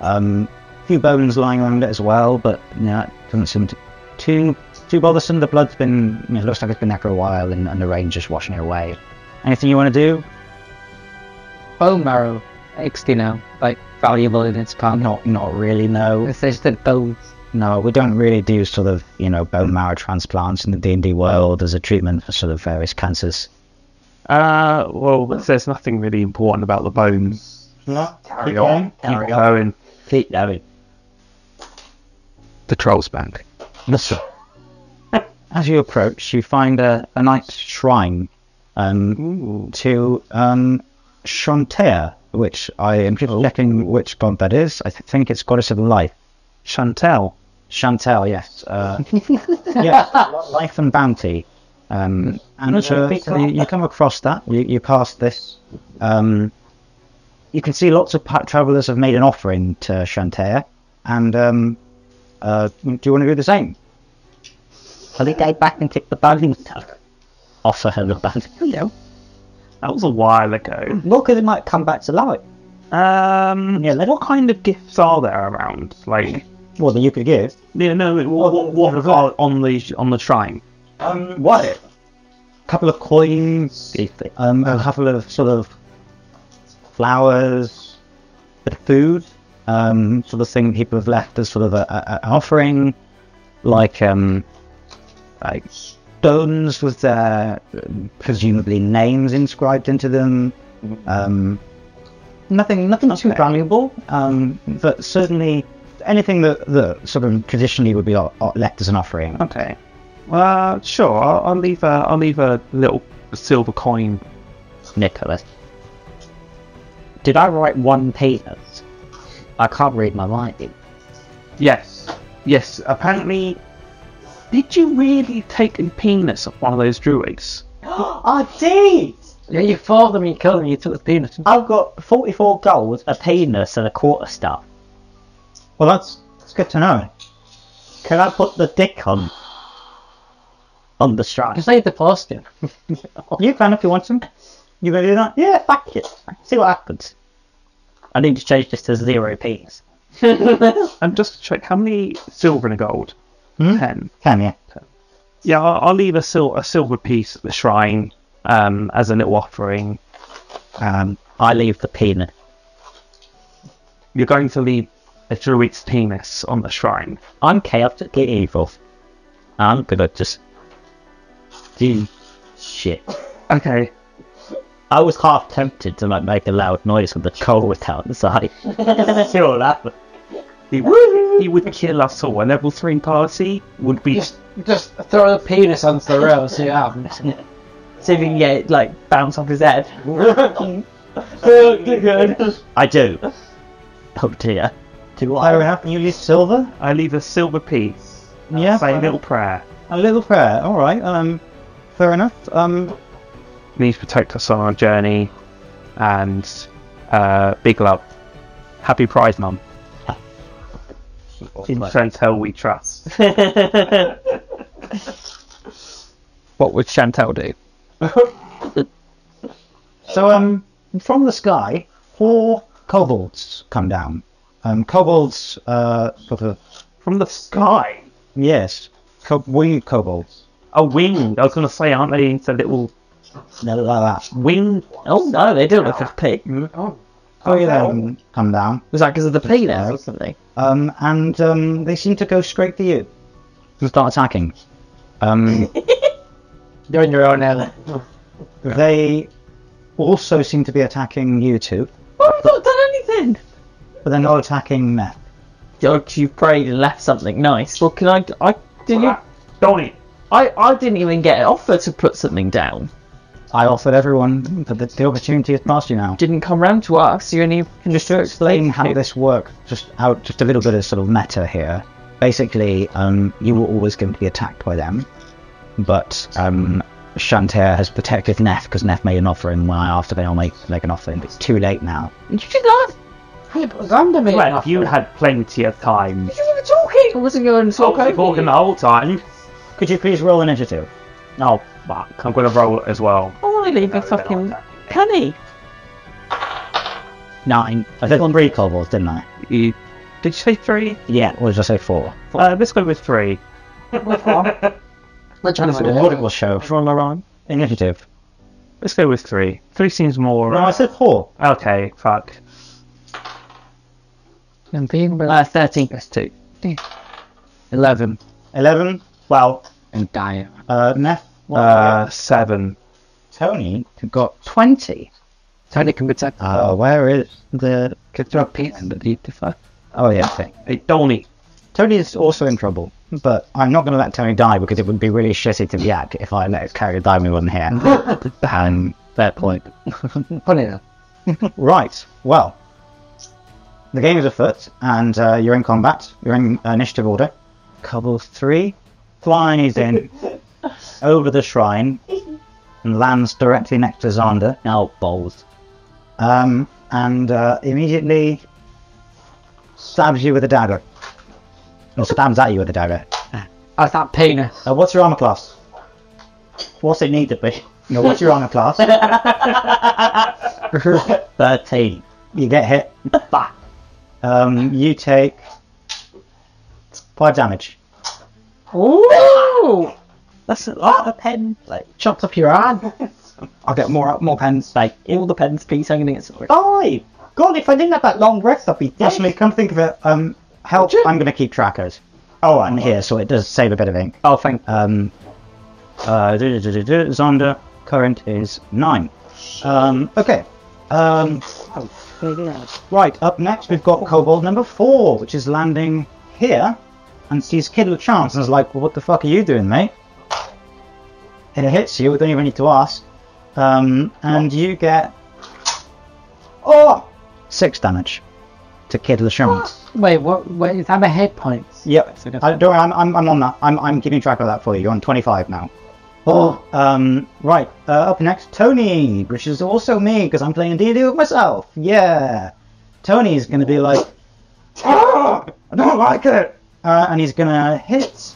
Speaker 6: Um, a few bones lying around it as well, but you know, it doesn't seem to, too too bothersome. The blood's been, you know, looks like it's been there for a while, and, and the rain's just washing it away. Anything you want to do?
Speaker 8: Bone marrow. It's you know like valuable in its part.
Speaker 6: Not, not really. No,
Speaker 8: It's just the bones.
Speaker 6: no, we don't really do sort of, you know, bone marrow transplants in the D and D world as a treatment for sort of various cancers.
Speaker 7: Uh, well, there's nothing really important about the bones.
Speaker 6: No, carry
Speaker 7: on. Keep going.
Speaker 2: Keep going.
Speaker 7: The trolls bank.
Speaker 6: As you approach, you find a, a nice shrine um, to um, Shantea, which I am just
Speaker 7: Oh.
Speaker 6: checking which god that is. I th- think it's Goddess of Life. Chantel. Chantel, yes. Uh, yeah, Life and Bounty. Um, and uh, so you, you come across that, you, you pass this. Um, you can see lots of pa- travellers have made an offering to Shantae, and um, uh, do you want to do the same?
Speaker 2: Holiday back and take the bowling Offer her the bowling Hello.
Speaker 7: That was a while ago.
Speaker 2: Look, it might come back to life.
Speaker 7: Um, yeah, what kind of gifts are there around? Like,
Speaker 6: More than you could give.
Speaker 7: yeah, no, what, what, what are on the on the shrine?
Speaker 6: Um, what? A couple of coins, um,
Speaker 7: Oh.
Speaker 6: a couple of sort of flowers, bit of food, um, sort of thing people have left as sort of a, a, an offering, like um, like stones with their um, presumably names inscribed into them.
Speaker 7: Mm-hmm.
Speaker 6: Um, nothing, nothing too valuable, um, but certainly anything that, that sort of traditionally would be o- o- left as an offering.
Speaker 7: Okay. Well, sure. I'll, I'll leave a I'll leave a little silver coin.
Speaker 2: Nicholas. Did I write one penis? I can't read my writing.
Speaker 7: Yes. Yes. Apparently, did you really take a penis of one of those druids?
Speaker 6: Oh,
Speaker 9: I did!
Speaker 2: Yeah, you fought them, you killed them, you took the penis. I've got 44 gold, a penis, and a quarter staff.
Speaker 6: Well, that's that's good to know.
Speaker 2: Can I put the dick on? On the strike.
Speaker 8: Just leave the plastic.
Speaker 6: You can if you want some. You gonna do that?
Speaker 2: Yeah, fuck it. See what happens. I need to change this to zero penis.
Speaker 7: And just to check, how many silver and a gold? Ten.
Speaker 6: Can yeah.
Speaker 7: Yeah, I'll, I'll leave a sil- a silver piece at the shrine um, as a little offering.
Speaker 2: Um, I leave the penis.
Speaker 7: You're going to leave a druid's penis on the shrine.
Speaker 2: I'm chaotically evil. I'm gonna just do shit.
Speaker 7: Okay.
Speaker 2: I was half tempted to like make a loud noise when the coal was outside. See what happened.
Speaker 7: He, he would kill us all. A level three party would be
Speaker 8: Just, just throw the penis onto the rail and see what happens.
Speaker 9: See if you can get it, like, bounce off his head. Oh,
Speaker 2: I do. Oh dear. Do
Speaker 6: I
Speaker 2: I?
Speaker 6: have you use silver?
Speaker 7: I leave a silver piece.
Speaker 6: yeah.
Speaker 7: Say a little prayer.
Speaker 6: A little prayer. All right. Um, fair enough. Um,
Speaker 7: Please protect us on our journey. And uh, big love. Happy Pride Month. In Chantel we trust.
Speaker 5: What would Chantel do?
Speaker 6: so um, from the sky, four kobolds come down. Um, kobolds, uh, sort of,
Speaker 7: From the sky.
Speaker 6: yes, co- winged kobolds.
Speaker 7: A wing. I was going to say, aren't they into little
Speaker 6: No, like that.
Speaker 7: wing?
Speaker 9: oh no, they do look like a pig.
Speaker 7: Mm-hmm. Oh.
Speaker 6: Three of them come down.
Speaker 9: Was that because of the penis or something?
Speaker 6: Um, and um, they seem to go straight for you. And start attacking. Um,
Speaker 8: You're on your own now.
Speaker 6: They also seem to be attacking you two,
Speaker 9: Well, I've not done anything!
Speaker 6: but they're not attacking Meth.
Speaker 9: God, you prayed and left something nice. Well, can I. I did you.
Speaker 7: Don't it?
Speaker 9: I, I didn't even get an offer to put something down.
Speaker 6: I offered everyone but the, the opportunity is past you now.
Speaker 9: Didn't come round to us. You only can just
Speaker 6: Explain
Speaker 9: explain
Speaker 6: how this works. Just out, just a little bit of sort of meta here. Basically, um, you were always going to be attacked by them, but um, Shantae has protected Neth because Neth made an offering when I after they all make, make an offering. But it's too late now.
Speaker 9: You did not.
Speaker 8: Random
Speaker 7: Well, you had plenty of time.
Speaker 9: You were talking. I wasn't going to talk
Speaker 7: I was
Speaker 9: over
Speaker 7: talking
Speaker 9: you.
Speaker 7: the whole time.
Speaker 6: Could you please roll initiative?
Speaker 7: Oh, fuck. I'm going to roll it as well.
Speaker 9: Oh, I leave a fucking penny.
Speaker 6: Nine. I said three kobolds, didn't I?
Speaker 7: You, did you say three?
Speaker 6: Yeah. Or did I say four?
Speaker 7: Uh, let's go with three.
Speaker 8: Which one
Speaker 6: That's what it will show. Roll around. Initiative.
Speaker 7: Let's go with three. Three seems more.
Speaker 6: No, I said four.
Speaker 7: Okay, fuck.
Speaker 8: I'm being real.
Speaker 9: Uh, 13.
Speaker 8: That's two. Eleven.
Speaker 6: 11. Wow.
Speaker 8: And die.
Speaker 6: Uh, Neff.
Speaker 7: Uh, seven.
Speaker 6: Tony got 20.
Speaker 8: Tony can protect.
Speaker 6: Uh, where is the. Oh, yeah, thing.
Speaker 7: Hey, Donny.
Speaker 6: Tony is also in trouble, but I'm not going to let Tony die because it would be really shitty to react if I let his character die when we weren't here. um, fair point.
Speaker 8: Put it up.
Speaker 6: right. Well, the game is afoot, and uh, you're in combat. You're in initiative order. Cobble three flies in over the shrine and lands directly next to Xander.
Speaker 2: Oh, balls.
Speaker 6: Um, and uh, immediately stabs you with a dagger. Or stabs at you with a dagger.
Speaker 8: That's that penis.
Speaker 6: Uh, what's your armor class?
Speaker 2: What's it need to be?
Speaker 6: No, what's your armor class?
Speaker 2: 13.
Speaker 6: You get hit. Um, you take five damage.
Speaker 2: Ooh! That's a lot of pen. Like,
Speaker 8: Chopped up your arm.
Speaker 6: I'll get more more pens.
Speaker 2: like all the pens piece hanging
Speaker 8: Oh.
Speaker 2: at sword.
Speaker 6: Five. God, if I didn't have that long rest, I'd be dead. Actually, come think of it, um, help. I'm going to keep trackers. Oh, I'm here, so it does save a bit of ink.
Speaker 2: Oh, thank
Speaker 6: Um, uh, du-du-du-du-du, Zonda current is nine. Um, okay. Um, right, up next we've got Kobold number four, which is landing here and sees Kid with Chance and is like, well, what the fuck are you doing, mate? And it hits you, we don't even need to ask. Um, and you get. Oh! Six damage to Kid with Chance.
Speaker 8: Wait, what? Wait, is that my hit points?
Speaker 6: Yep.
Speaker 8: So that's-
Speaker 6: I, don't worry, I'm, I'm, I'm on that. I'm, I'm keeping track of that for you. You're on 25 now. Oh, um, right. Uh, up next, Tony, which is also me because I'm playing D&D with myself. Yeah. Tony's going to be like, "Ah, I don't like it. Uh, and he's going to hit,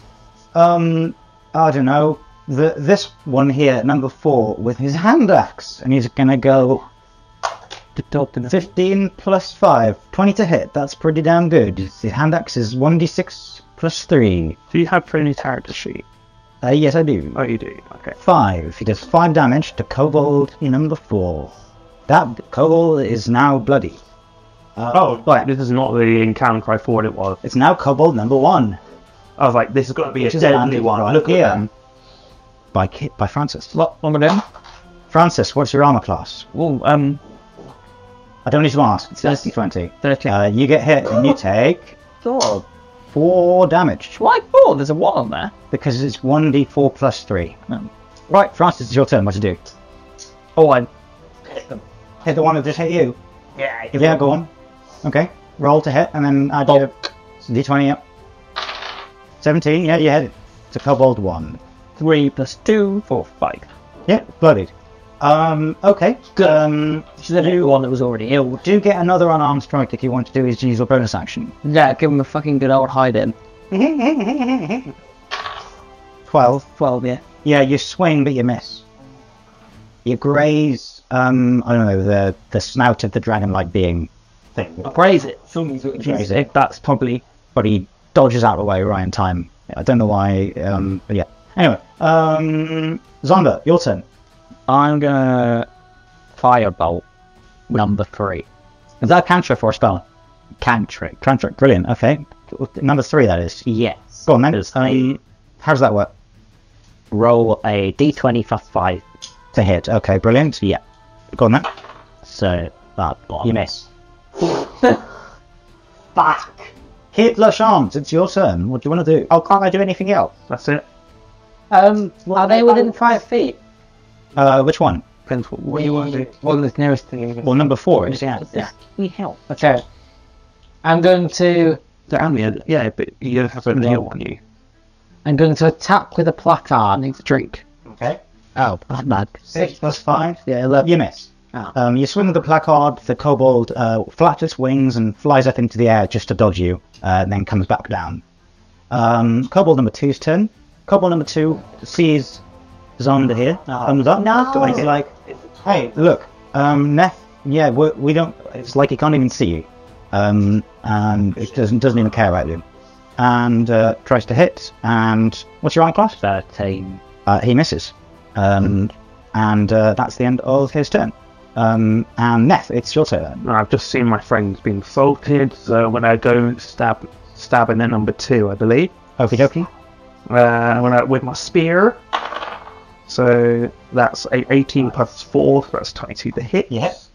Speaker 6: um, I don't know, the, this one here, number four, with his hand axe. And he's going to go 15 plus 5, 20 to hit. That's pretty damn good. The hand axe is 1d6 plus 3.
Speaker 7: Do you have Prony Tarot sheet?
Speaker 6: Uh, yes, I do.
Speaker 7: Oh, you do. Okay.
Speaker 6: 5. He does 5 damage to kobold number 4. That kobold is now bloody. Uh,
Speaker 7: Oh,
Speaker 6: right.
Speaker 7: This is not the encounter I thought it was.
Speaker 6: It's now kobold number 1.
Speaker 7: I was like, this is going to be a
Speaker 6: Which is a
Speaker 7: deadly
Speaker 6: handy
Speaker 7: one.
Speaker 6: one, right?
Speaker 7: Look
Speaker 6: Yeah.
Speaker 7: at them.
Speaker 6: By, Ki- by Francis.
Speaker 8: What? One of them?
Speaker 6: Francis, what's your armor class?
Speaker 8: Well, um,
Speaker 6: I don't need to ask. It's
Speaker 8: Thirty.
Speaker 6: 20.
Speaker 8: 13.
Speaker 6: Uh, you get hit and you take
Speaker 8: God.
Speaker 6: 4 damage
Speaker 8: Why four? oh, There's a one on there.
Speaker 6: because it's 1d4 plus 3.
Speaker 8: Um,
Speaker 6: Right, Francis, it's your turn. What do you do?
Speaker 8: Oh, I.
Speaker 6: Hit the one that just hit you.
Speaker 8: Yeah.
Speaker 6: Yeah, go on. Okay. Roll to hit, and then add your d20 up. 17, yeah, you hit it. It's a kobold 1.
Speaker 8: Three plus two, four, five.
Speaker 6: Yeah, bloodied. Um, okay. Um,
Speaker 8: She's the new one that was already ill.
Speaker 6: do get another unarmed strike if you want to do his usual bonus action.
Speaker 8: Yeah, give him a fucking good old hide in.
Speaker 6: 12.
Speaker 8: Twelve, yeah.
Speaker 6: Yeah, you swing, but you miss. You graze, um, I don't know, the, the snout of the dragon-like being thing.
Speaker 8: Praise it. Someone's
Speaker 6: Praise
Speaker 8: praise
Speaker 6: it.
Speaker 8: it. That's probably.
Speaker 6: but he dodges out of the way right in time. I don't know why. Um, but yeah. Anyway, um, Zonda, your turn.
Speaker 2: I'm gonna firebolt number three.
Speaker 6: Is that a cantrip or a spell?
Speaker 2: Cantric.
Speaker 6: Cantrip, brilliant. Okay, number three that is.
Speaker 2: Yes.
Speaker 6: Go on then.
Speaker 2: It's
Speaker 6: Um, how does that work?
Speaker 2: Roll a d20 plus five.
Speaker 6: To hit. Okay, brilliant.
Speaker 2: Yeah.
Speaker 6: Go on then.
Speaker 2: So that one.
Speaker 6: You miss. Back. Hit Lachance, it's your turn. What do you want to do? Oh, can't I do anything else?
Speaker 7: That's it.
Speaker 8: Um, are they within five feet?
Speaker 6: Uh, which one?
Speaker 7: Depends what, what
Speaker 8: What
Speaker 7: you want to do.
Speaker 8: One that's nearest to you.
Speaker 6: Well, number four is.
Speaker 8: Yeah. yeah.
Speaker 2: We help.
Speaker 8: Okay. I'm going to.
Speaker 7: Damn, yeah, yeah, but you have an heal on you.
Speaker 8: I'm going to attack with a placard. I need a drink.
Speaker 6: Okay.
Speaker 8: Oh,
Speaker 2: That's bad.
Speaker 6: Six plus five.
Speaker 8: yeah, look.
Speaker 6: You miss.
Speaker 8: Ah.
Speaker 6: Um, you swing with the placard, the kobold uh, flaps its wings and flies up into the air just to dodge you, uh, and then comes back down. Um, kobold number two's turn. Kobold number two sees Zonda here,
Speaker 8: Ah.
Speaker 6: comes up, and he's like, hey, look, um, Neff, yeah, we, we don't, it's like he can't even see you. Um, and it doesn't, doesn't even care about you. And uh, tries to hit, and what's your arm class?
Speaker 2: Thirteen.
Speaker 6: Uh, he misses.
Speaker 7: Hmm.
Speaker 6: Um, and uh, that's the end of his turn. Um, and Neth, it's your turn.
Speaker 7: No, I've just seen my friends being assaulted, so when I go stab, stabbing at number two, I believe,
Speaker 6: Okie dokie.
Speaker 7: uh, when I, with my spear. So that's a 18 plus 4, so that's 22 to hit.
Speaker 6: Yes.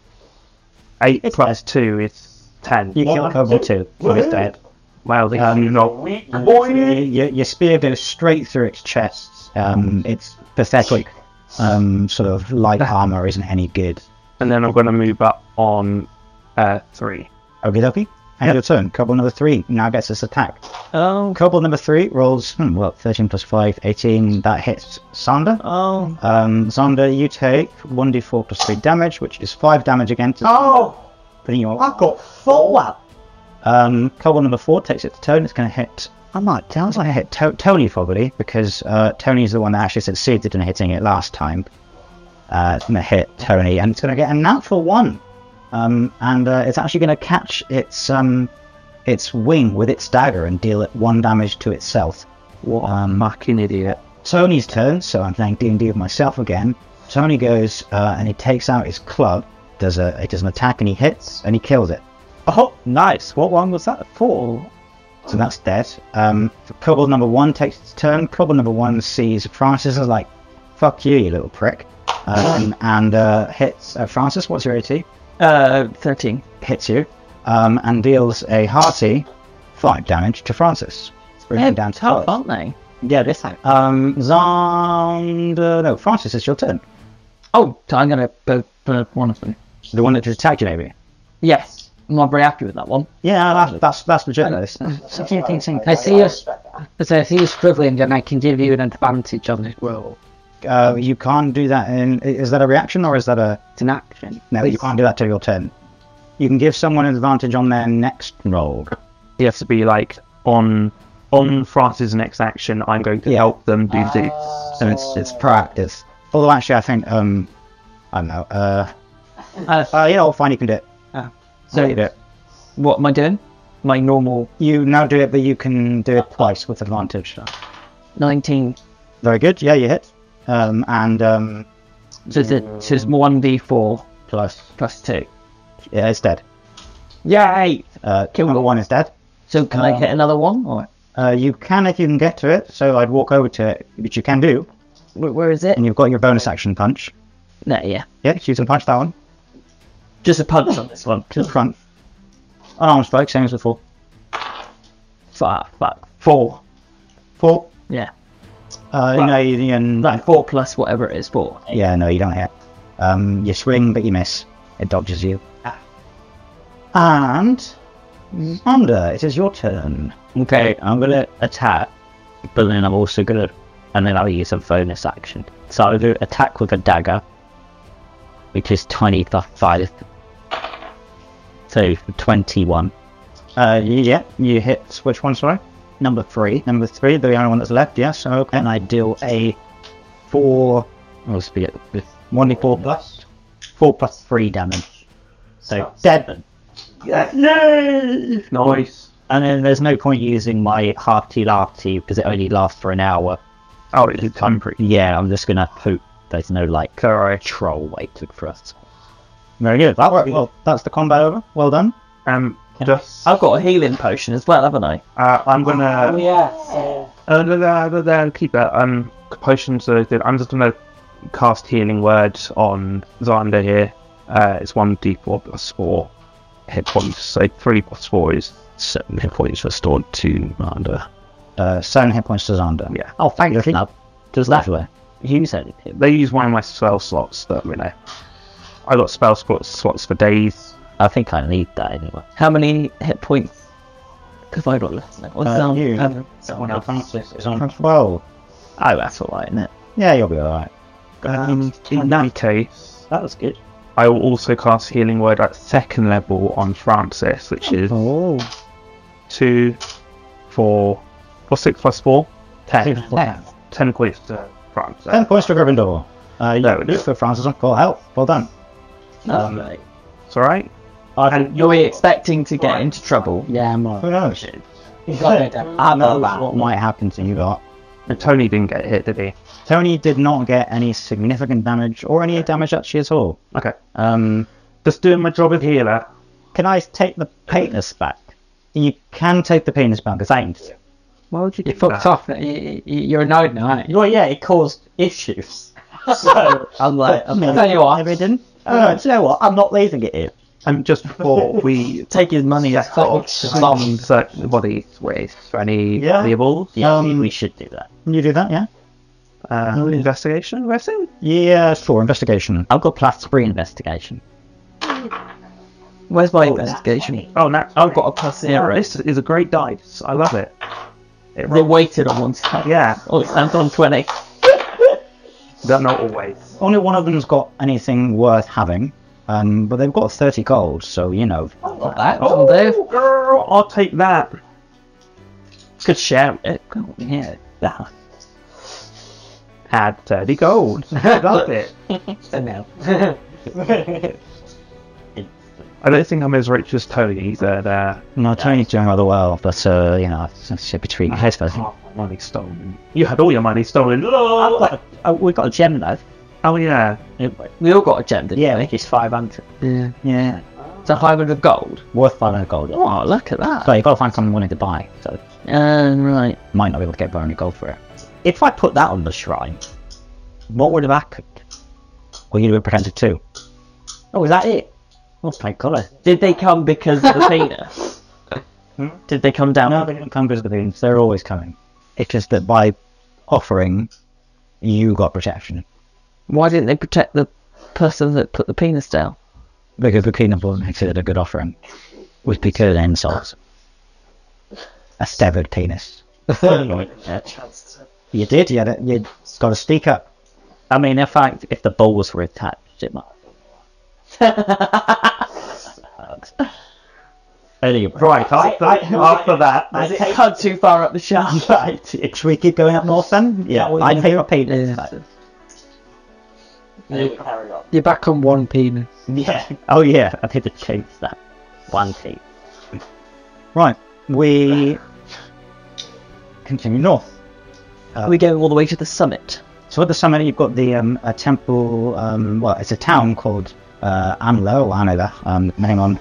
Speaker 7: 8
Speaker 6: It's
Speaker 7: plus 2 is 10.
Speaker 6: You kill Kobold too. So he's dead.
Speaker 7: Wow, they
Speaker 6: Um,
Speaker 7: do not.
Speaker 6: Your, your spear goes straight through its chest. Um, it's pathetic. Um, sort of light armor isn't any good.
Speaker 7: and then I'm going to move up on uh, three.
Speaker 6: Okie dokie. And your turn. Cobble number three now gets its attack. Oh. Cobble number three rolls, hmm, well, 13 plus 5, 18. That hits Sonder.
Speaker 9: Oh.
Speaker 6: Um, Sonder, you take 1d4 plus 3 damage, which is 5 damage again. To
Speaker 9: Oh,
Speaker 6: putting you on.
Speaker 9: I've got four up.
Speaker 6: Um, Cobble number four takes it to Tone. It's going to hit. I might. Sounds like I hit to- Tony probably because uh, Tony's the one that actually succeeded in hitting it last time. Uh, it's going to hit Tony, and it's going to get a natural one. Um, and uh, it's actually going to catch its um, its wing with its dagger and deal it one damage to itself. Um,
Speaker 7: What a mucking idiot.
Speaker 6: Tony's turn, so I'm playing D and D with myself again. Tony goes uh, and he takes out his club, does a it does an attack, and he hits and he kills it.
Speaker 7: Oh, nice. What one was that? Four.
Speaker 6: So that's dead. Um, Cobble number one takes its turn. Cobble number one sees Francis as like, "Fuck you, you little prick," um, and uh, hits uh, Francis. What's your AT? Oh,
Speaker 9: Uh, 13.
Speaker 6: Hits you, um, and deals a hearty five damage to Francis. Brings him down to
Speaker 9: Tough,
Speaker 6: five.
Speaker 9: aren't they?
Speaker 6: Yeah, this time. Um, Zander, no, Francis, it's your turn.
Speaker 8: Oh, I'm gonna go for one of them.
Speaker 6: The one that just attacked you, maybe.
Speaker 9: Yes. I'm not very happy with that one.
Speaker 6: Yeah, that's that's, that's legit. Though. It's-
Speaker 8: I see you. As I see you struggling, and I can give you an advantage on this roll.
Speaker 6: Uh, you can't do that. In, is that a reaction or is that a
Speaker 8: It's an action.
Speaker 6: No, you can't do that till your turn. You can give someone an advantage on their next roll.
Speaker 7: You have to be like on on Francis' next action. I'm going to
Speaker 6: Yeah.
Speaker 7: help them do this.
Speaker 6: So it's it's practice. Although actually, I think um, I don't know. Uh, uh, you know, fine, you can do it.
Speaker 9: So,
Speaker 6: You, do it.
Speaker 9: what am I doing? My normal
Speaker 6: you now do it, but you can do it twice with advantage.
Speaker 9: 19.
Speaker 6: Very good. Yeah, you hit. Um, and um,
Speaker 9: So, it's a- so it's 1d4
Speaker 6: plus
Speaker 9: plus 2.
Speaker 6: yeah, it's dead.
Speaker 9: Yay!
Speaker 6: Uh, kill number one is dead.
Speaker 9: So can I get another one? Or
Speaker 6: Uh, you can if you can get to it. So I'd walk over to it, which you can do,
Speaker 9: where, where is it?
Speaker 6: and you've got your bonus action punch.
Speaker 9: No, yeah.
Speaker 6: Yeah, you can punch that one
Speaker 9: Just a punch on this one.
Speaker 6: to the front. Unarmed strike, same as before.
Speaker 9: Fuck, fuck.
Speaker 6: Four. Four.
Speaker 9: Yeah.
Speaker 6: Uh, no, you, you,
Speaker 9: Like 4 plus whatever it is, 4.
Speaker 6: yeah, no, you don't hit. Um, you swing, but you miss. It dodges you. Ah. And Honda, it is your turn.
Speaker 2: Okay, I'm gonna attack, but then I'm also gonna, and then I'll use a bonus action. So I'll do attack with a dagger, which is tiny th- five. So twenty-one.
Speaker 6: Uh, you- yeah, you hit which one? Sorry, number three. Number three, the only one that's left. Yes. Okay. And I deal a four,
Speaker 2: I'll speak with
Speaker 6: one d four plus four plus three damage.
Speaker 2: so
Speaker 6: Seven.
Speaker 7: Nice.
Speaker 2: And then there's no point using my hearty lafty because it only lasts for an hour.
Speaker 7: Oh, it's temporary.
Speaker 2: Yeah, I'm just gonna hope there's no like
Speaker 7: Sorry.
Speaker 2: troll waiting for us.
Speaker 6: Very good. That worked. Well, that's the combat over. Well done.
Speaker 7: Um, just
Speaker 9: I've got a healing potion as well, haven't I?
Speaker 7: uh, I'm
Speaker 2: Oh,
Speaker 7: gonna.
Speaker 9: yes.
Speaker 7: Uh, no, no, no, no, keep that. Um, potions are good. I'm just gonna cast healing words on Zander here. Uh, it's one d4 plus four hit points. So three plus four is seven hit points restored to Zander.
Speaker 6: Uh, seven hit points to Zander.
Speaker 7: Yeah.
Speaker 2: Oh, thank you. Does that
Speaker 6: Lovely.
Speaker 2: use anything?
Speaker 7: They use one of my spell slots that you know. I got spell slots slots for days.
Speaker 2: I think I need that anyway.
Speaker 9: How many hit points have I got left? What's
Speaker 6: Uh,
Speaker 9: sound?
Speaker 6: you.
Speaker 9: um,
Speaker 6: Someone else Francis is on twelve.
Speaker 9: oh, that's alright, isn't it?
Speaker 6: Yeah, you'll be alright.
Speaker 7: Um, in that case,
Speaker 2: That was good.
Speaker 7: I will also cast Healing Word at second level on Francis, which is
Speaker 6: Oh.
Speaker 7: two, four, what's six plus four? Ten.
Speaker 6: Ten.
Speaker 7: Ten points to Francis.
Speaker 6: Ten points to Gryffindor. Uh,
Speaker 7: There
Speaker 6: you
Speaker 7: we go.
Speaker 6: for Francis on call help. Well done.
Speaker 9: Lovely.
Speaker 7: It's alright.
Speaker 9: And you're expecting to get into trouble.
Speaker 8: Yeah, I'm
Speaker 6: Who
Speaker 8: all.
Speaker 6: knows?
Speaker 9: Have a laugh.
Speaker 6: What might happen to you lot?
Speaker 7: And Tony didn't get hit, did he?
Speaker 6: Tony did not get any significant damage or any damage actually at all.
Speaker 7: Okay.
Speaker 6: Um,
Speaker 7: Just doing my job of healer.
Speaker 6: can I take the penis back? You can take the penis back. Thanks.
Speaker 8: Why would you do fucked off? You- you- You're annoyed now, aren't you?
Speaker 9: Well, yeah, it caused issues. so I'm like, I'm
Speaker 6: No,
Speaker 9: tell you what,
Speaker 6: Maybe it didn't. Oh, do you know what? I'm not leaving it here.
Speaker 7: And just before we
Speaker 9: take his money.
Speaker 7: set off, some search the body with for any
Speaker 6: Yeah.
Speaker 7: valuables.
Speaker 2: Yeah,
Speaker 6: Um,
Speaker 2: we should do that.
Speaker 6: You do that, yeah? Oh,
Speaker 7: Uh, investigation, I think.
Speaker 6: Yeah, sure. Investigation.
Speaker 2: I've got plus three investigation.
Speaker 9: Where's my investigation?
Speaker 7: Oh, now
Speaker 9: I've got a plus zero.
Speaker 7: this is a great dice. I love it. It
Speaker 9: They
Speaker 7: rolls.
Speaker 9: waited on one side.
Speaker 7: Yeah,
Speaker 9: Oh, it's landed on 20.
Speaker 7: they're not always.
Speaker 6: Only one of them's got anything worth having, um, but they've got 30 gold, so you know.
Speaker 9: Not that.
Speaker 7: Oh, girl, I'll take that.
Speaker 9: Could share
Speaker 7: Eh,
Speaker 9: it. couldn't we? Yeah. Nah.
Speaker 7: Had 30 gold. Love it.
Speaker 9: So now.
Speaker 7: I don't think I'm as rich as Tony that uh,
Speaker 6: No, Tony's doing rather well, but uh, you know, it's, it's between his person.
Speaker 7: oh, my money stolen. You had all your money stolen.
Speaker 9: Oh, we got a gem though.
Speaker 7: Oh yeah.
Speaker 9: We all got a gem, didn't
Speaker 6: Yeah.
Speaker 9: we? It's 500.
Speaker 8: Yeah.
Speaker 6: Yeah,
Speaker 7: Uh,
Speaker 9: So 500 gold.
Speaker 6: worth 500 gold.
Speaker 9: Oh, look at that.
Speaker 6: So you've got to find someone willing to buy, so
Speaker 9: Uh, right.
Speaker 6: might not be able to get 500 gold for it. If I put that on the shrine, what would have happened? Well, you'd have been protected too.
Speaker 9: Oh, is that it?
Speaker 6: Oh, thank God.
Speaker 9: Did they come because of the penis? Did they come down?
Speaker 6: No, Hmm? they didn't come because of the beans. They're always coming. It's just that by offering, you got protection.
Speaker 9: Why didn't they protect the person that put the penis down?
Speaker 6: Because the cleanup wasn't considered a good offering. Was because of insults. A severed penis. you did, you, had a- you got to speak up. I mean, in fact, if the balls were attached, it might. anyway,
Speaker 7: Right, after, after that,
Speaker 9: Has it cut too far up the shaft?
Speaker 6: should we keep going up north then? Yeah, I take a penis.
Speaker 8: You're back on one penis.
Speaker 6: Yeah. Oh yeah, I need to change that. One thing. Right, we continue north.
Speaker 9: Are we going all the way to the summit?
Speaker 6: So at the summit, you've got the um, a temple. Um, well, it's a town called uh, Anlo or Anover. Um, depending on,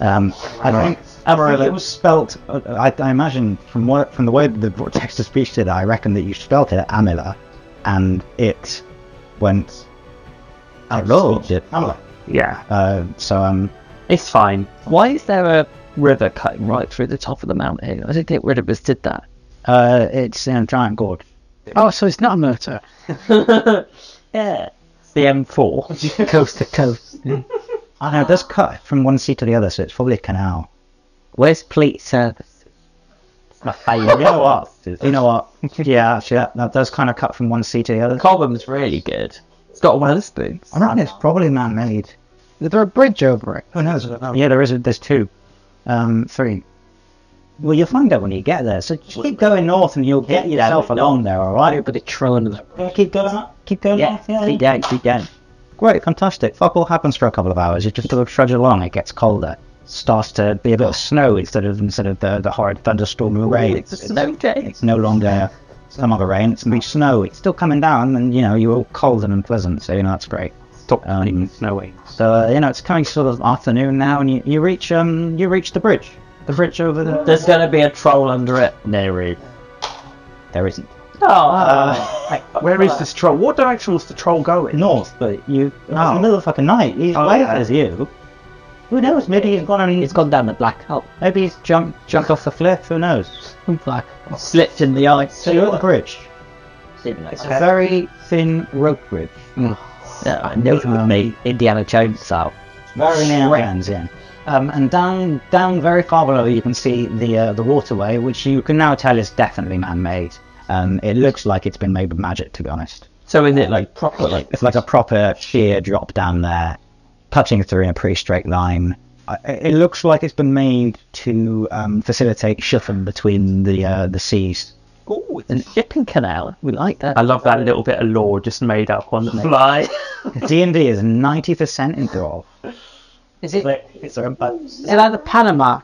Speaker 6: um, I don't think it was spelt. uh, I, I imagine from what from the way the text of speech did, I reckon that you spelt it Amila, and it went. Hello. Amila.
Speaker 7: yeah.
Speaker 6: Uh, so um,
Speaker 9: It's fine. Why is there a river cutting right through the top of the mountain? I don't think rivers did that.
Speaker 6: uh, it's in a giant gorge.
Speaker 8: Oh, so it's not a motor.
Speaker 9: Yeah. The M4.
Speaker 8: coast to coast.
Speaker 6: I know, it does cut from one sea to the other, so it's probably a canal.
Speaker 9: Where's police service?
Speaker 6: you know what? You know what? Yeah, actually, that, that does kind of cut from one sea to the other.
Speaker 9: Cobham's really good. It's got one of the spoons.
Speaker 6: I reckon it's probably man-made.
Speaker 8: Is there a bridge over it?
Speaker 6: Who knows? I don't know. Yeah, there is. a- There's two, um, three. Well, you'll find out when you get there. So just keep going north, and you'll get yourself along there. All right.
Speaker 8: Everybody trolling them.
Speaker 6: Yeah, keep going up. Keep going north. Yeah.
Speaker 9: Keep down, keep down.
Speaker 6: Great, fantastic. Fuck all happens for a couple of hours. You just sort of trudge along. It gets colder. Starts to be a bit of snow instead of instead of the, the horrid thunderstorm and rain.
Speaker 9: It's a snow day.
Speaker 6: It's no longer some other rain, it's been snow. It's still coming down, and you know, you're all cold and unpleasant, so you know, that's great.
Speaker 7: Stop
Speaker 6: Um,
Speaker 7: um, snowing.
Speaker 6: So, uh, you know, it's coming sort of afternoon now, and you, you reach um you reach the bridge. The bridge over the.
Speaker 9: There's going to be a troll under it.
Speaker 6: no route. There isn't.
Speaker 9: Oh,
Speaker 7: Uh, Where is this troll? What direction was the troll going?
Speaker 6: North, but you. No. It's
Speaker 7: Oh.
Speaker 6: the middle of fucking night. He's
Speaker 7: Oh,
Speaker 6: way
Speaker 7: yeah.
Speaker 6: as you. Who knows? Maybe he's gone and
Speaker 9: it's gone down the black hole.
Speaker 6: maybe he's jumped jumped off the cliff. Who knows?
Speaker 9: Black. Slipped in the ice.
Speaker 6: So you're at the bridge.
Speaker 9: Didn't I?
Speaker 6: It's a very thin rope bridge.
Speaker 9: Mm. Yeah, I know it
Speaker 7: Um,
Speaker 9: would be Indiana Jones style.
Speaker 6: Very near Rams, yeah. Um, and down, down very far below, you can see the uh, the waterway, which you can now tell is definitely man-made. Um, it looks like it's been made with magic, to be honest. Uh,
Speaker 9: So is it like proper like
Speaker 6: It's like a proper sheer drop down there, cutting through in a pretty straight line. I- It looks like it's been made to um, facilitate shipping between the uh, the seas.
Speaker 9: oh, it's a shipping canal? We like that.
Speaker 7: I love that little bit of lore just made up on the fly.
Speaker 9: Fly.
Speaker 6: D and D is ninety percent enthralled.
Speaker 8: Is it?
Speaker 6: It's a boat.
Speaker 8: Is it like the Panama?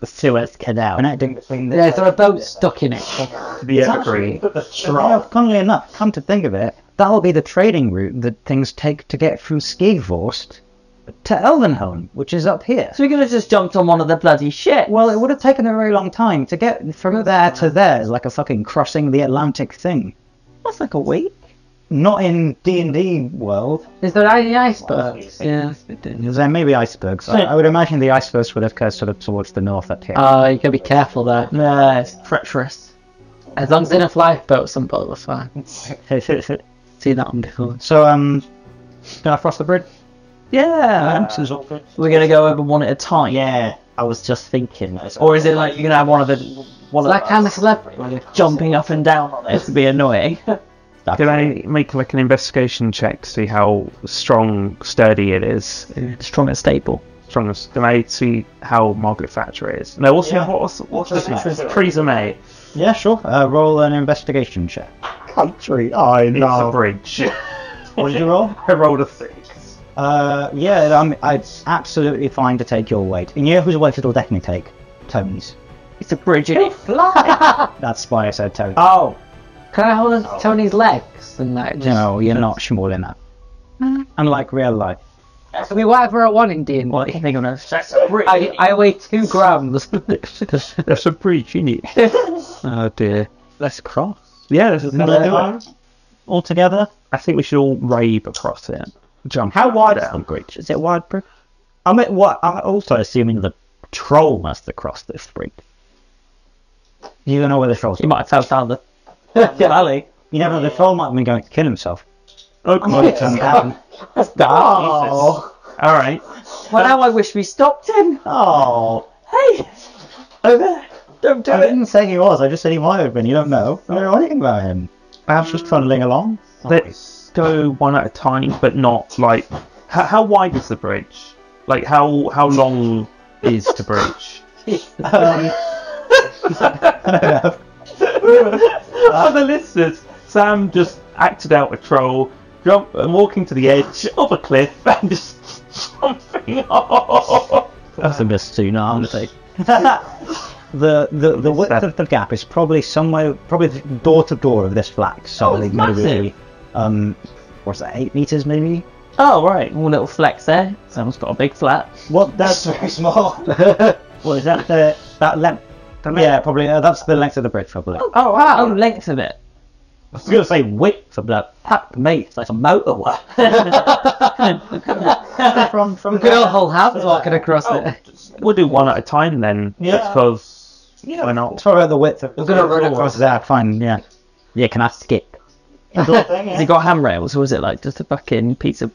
Speaker 6: The Suez Canal connecting between the
Speaker 8: Yeah, is there a boat stuck in it?
Speaker 7: The evergreen.
Speaker 6: Well, oh, funnily enough, come to think of it, that'll be the trading route that things take to get from Skivorst to Elvenholm, which is up here.
Speaker 9: So we could have just jumped on one of the bloody ships.
Speaker 6: Well, it would have taken a very long time to get from there to there. It's like a fucking crossing the Atlantic thing.
Speaker 9: That's like a week.
Speaker 6: Not in D and D world.
Speaker 8: Is there any icebergs? Yeah.
Speaker 6: There may be icebergs. I, I would imagine the icebergs would have occurred sort of towards the north up here.
Speaker 8: Oh, you gotta be careful there.
Speaker 9: Nah, it's treacherous.
Speaker 8: As long as there's enough lifeboats on board, that's fine. See that on before.
Speaker 6: so um, can I cross the bridge?
Speaker 9: Yeah. Uh, We're gonna go over one at a time.
Speaker 2: Yeah, I was just thinking. It's
Speaker 9: Or is it like you're gonna have one of the one of
Speaker 8: Like I'm a celebrity.
Speaker 9: us jumping up and down on it to be annoying?
Speaker 7: Can I make like an investigation check to see how strong, sturdy it is?
Speaker 9: Strong and stable.
Speaker 7: Strongest. Can I see how Margaret Thatcher is? No, what's
Speaker 6: Yeah.
Speaker 7: the what's what's the Prisma.
Speaker 6: Prisma.
Speaker 7: Prisma.
Speaker 6: Yeah, sure. Uh, roll an investigation check. Country. I
Speaker 7: It's a bridge.
Speaker 6: What did you roll?
Speaker 7: I rolled a six.
Speaker 6: Uh, yeah, I'm, it's absolutely fine to take your weight. And you know whose weight it'll definitely take? Tony's.
Speaker 9: It's a bridge. isn't it?
Speaker 6: That's why I said Tony.
Speaker 9: Oh,
Speaker 8: Can I hold Tony's legs and that? just-
Speaker 6: no, you're not small enough.
Speaker 9: Mm-hmm.
Speaker 6: Unlike real life.
Speaker 8: That's gonna be whatever I want in D and
Speaker 9: what you think I'm gonna?
Speaker 8: I, I weigh two grams.
Speaker 7: That's a bridge, isn't it?
Speaker 9: Oh dear. Let's cross.
Speaker 7: Yeah, that's another one.
Speaker 6: Altogether,
Speaker 7: I think we should all rave across it. Jump.
Speaker 6: how wide is the bridge? Is it wide, bro? I'm at what? I'm also assuming the troll must have crossed this bridge. You don't know where the trolls
Speaker 9: You
Speaker 6: are.
Speaker 9: might have fell down the valley.
Speaker 6: You never know, the troll might have been going to kill himself.
Speaker 8: oh,
Speaker 7: All right.
Speaker 8: well now I wish we stopped him.
Speaker 6: Oh,
Speaker 8: Hey,
Speaker 6: don't do I it. I didn't say he was, I just said he might have been. You don't know. I don't know anything about him. Perhaps just trundling along.
Speaker 7: Let's go one at a time, but not like. How, how wide is the bridge? Like how how long is the bridge?
Speaker 6: Um,
Speaker 7: For the listeners, Sam just acted out a troll, jump, uh, walking to the edge of a cliff and just jumping off.
Speaker 2: That's a miss too, no, I'm saying.
Speaker 6: the the, the width of the gap is probably somewhere, probably the door to door of this flat.
Speaker 7: Oh,
Speaker 6: So maybe, um, what's that, eight meters maybe?
Speaker 9: Oh right, well little flex there. Someone's got a big flat.
Speaker 6: What? That's very small. what is that? The that length? Yeah, probably. Uh, that's the length of the bridge, probably.
Speaker 9: Oh wow. Oh length of it.
Speaker 6: I was gonna say width of that.
Speaker 9: Fuck me, it's like a motorway.
Speaker 6: from from
Speaker 8: girl whole house is walking across it.
Speaker 7: We'll do one at a time then,
Speaker 6: Yeah.
Speaker 7: because why not?
Speaker 6: Sorry about the width of. We're
Speaker 8: gonna run
Speaker 6: across that. Ah, Fine. Yeah.
Speaker 2: Yeah, can I skip?
Speaker 9: Has it got handrails or is it like just a fucking piece of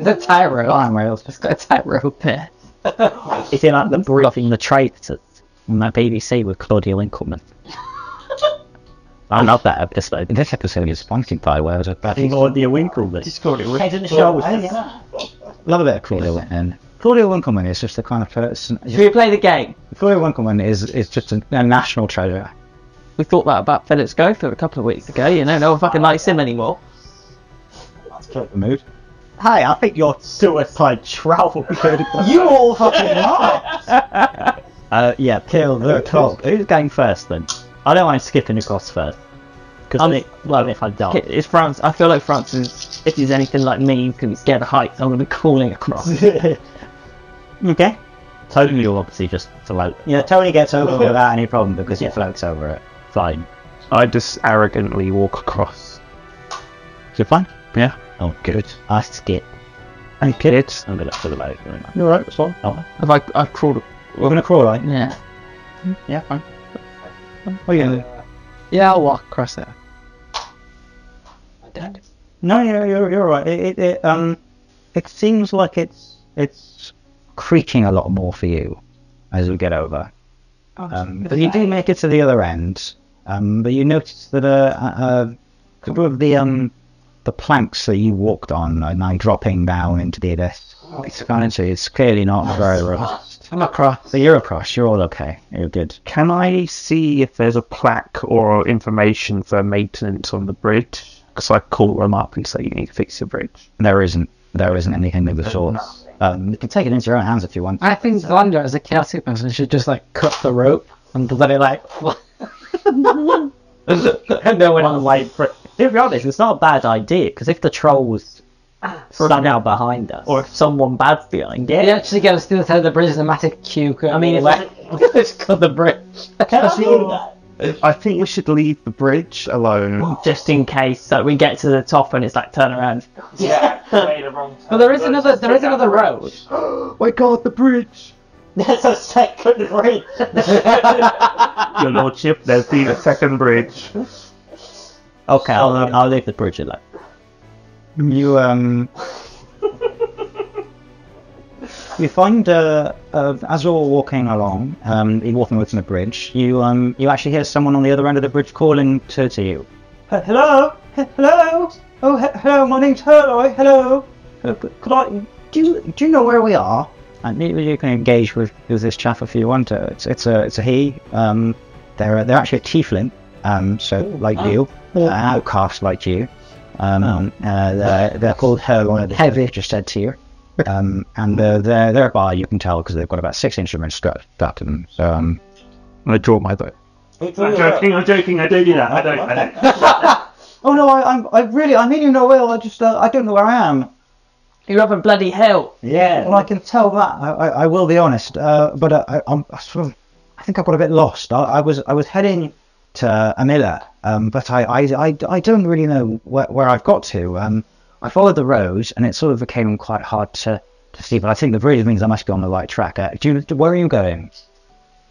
Speaker 8: It's a tie rope.
Speaker 6: Fine rails.
Speaker 8: It's got a tie rope there.
Speaker 2: Is it like the bluffing the traitors on that BBC with Claudia Winkleman? I love that episode.
Speaker 6: This episode is sponsored by Wales.
Speaker 2: Claudia Winkleman.
Speaker 6: Head and shoulders. Love a bit of Claudia Winkleman. Claudia Winkleman is just the kind of person.
Speaker 9: Should we play the game?
Speaker 2: oh
Speaker 6: Claudia Winkleman is is just a, a national treasure.
Speaker 9: We thought that about Felix Gopher a couple of weeks ago, you know, no one fucking likes him anymore.
Speaker 6: That's the mood. Hey, I think your suicide travel could. you all fucking are.
Speaker 2: Uh, yeah, kill the clock. Who's going first then? I don't mind skipping across first. Because
Speaker 9: Um,
Speaker 2: well, if I die,
Speaker 9: Okay, It's France. I feel like France is, if he's anything like me, he's gonna be scared of heights. I'm gonna be crawling across.
Speaker 6: okay.
Speaker 2: Tony will obviously just float.
Speaker 6: Yeah, Tony gets over it without any problem because he floats over it.
Speaker 2: Fine.
Speaker 7: I just arrogantly walk across.
Speaker 6: Is it fine?
Speaker 7: Yeah.
Speaker 2: Oh, good. I skip.
Speaker 7: And kids.
Speaker 2: I'm gonna Oh. float. very much.
Speaker 6: You're right. It's fine.
Speaker 9: Have I? I've crawled.
Speaker 6: We're gonna crawl, right?
Speaker 9: Yeah.
Speaker 6: Yeah, fine. Oh yeah.
Speaker 9: Yeah, I'll walk across it.
Speaker 6: No, yeah, you're you're right. It, it, it um, it seems like it's it's creaking a lot more for you as we get over. Um, but you do make it to the other end. Um, but you notice that a uh, uh, a couple of the um the planks that you walked on are now dropping down into the abyss. It's kind of it's clearly not very robust.
Speaker 9: I'm across.
Speaker 6: So you're across. You're all okay. You're good.
Speaker 7: Can I see if there's a plaque or information for maintenance on the bridge? Because I call them up and say you need to fix your bridge.
Speaker 6: There isn't there isn't anything of the sort. Um, you can take it into your own hands if you want.
Speaker 8: I think Zander as a chaotic person should just like cut the rope and let it like.
Speaker 2: no one on like. For, to be honest, it's not a bad idea because if the troll was somehow behind us, or if someone bad's behind it,
Speaker 8: It actually goes through the side of the bridge in a massive queue. I
Speaker 2: mean,
Speaker 8: mean,
Speaker 2: it's
Speaker 8: it's just cut the bridge.
Speaker 7: I think we should leave the bridge
Speaker 6: Oh
Speaker 7: alone.
Speaker 9: Just in case that we get to the top and it's like turn around.
Speaker 8: But there is another. There is another road.
Speaker 7: My God, the bridge!
Speaker 2: there's a second bridge.
Speaker 7: Your Lordship, there's been a second bridge.
Speaker 2: okay,
Speaker 6: Um,
Speaker 2: I'll, I'll leave the bridge alone.
Speaker 6: You um You find uh, uh, as you're walking along, um, you're walking away from the bridge. You um, you actually hear someone on the other end of the bridge calling to, to you. "H- Hello, H- hello. Oh, he- hello. My name's Hurloy. Hello. Uh, c- Could I? Do you, do you know where we are? And you, you can engage with, with this chap if you want to. It's it's a it's a he. Um, they're they're actually a tiefling. Um, so like you, uh, outcast like you. Um, uh, they're, they're called Hurloy. Heavy just said to you. Um, and uh, they're, they're a bar, you can tell, because they've got about six instruments strapped strapped to them. So um, I'm going to draw my bow.
Speaker 7: I'm joking, I'm joking, I don't do that. I don't, I don't.
Speaker 6: Oh, no, I, I'm, I really, I mean you no ill, I just, uh, I don't know where I am.
Speaker 8: You're up in bloody hell.
Speaker 6: Yeah. Well, I can tell that. I, I, I will be honest, uh, but uh, I, I'm I sort of, I think I got a bit lost. I, I was, I was heading to Amila, um, but I, I, I, I don't really know where, where I've got to. Um, I followed the road, and it sort of became quite hard to, to see. But I think the really means I must be on the right track. Uh, do you, where are you going?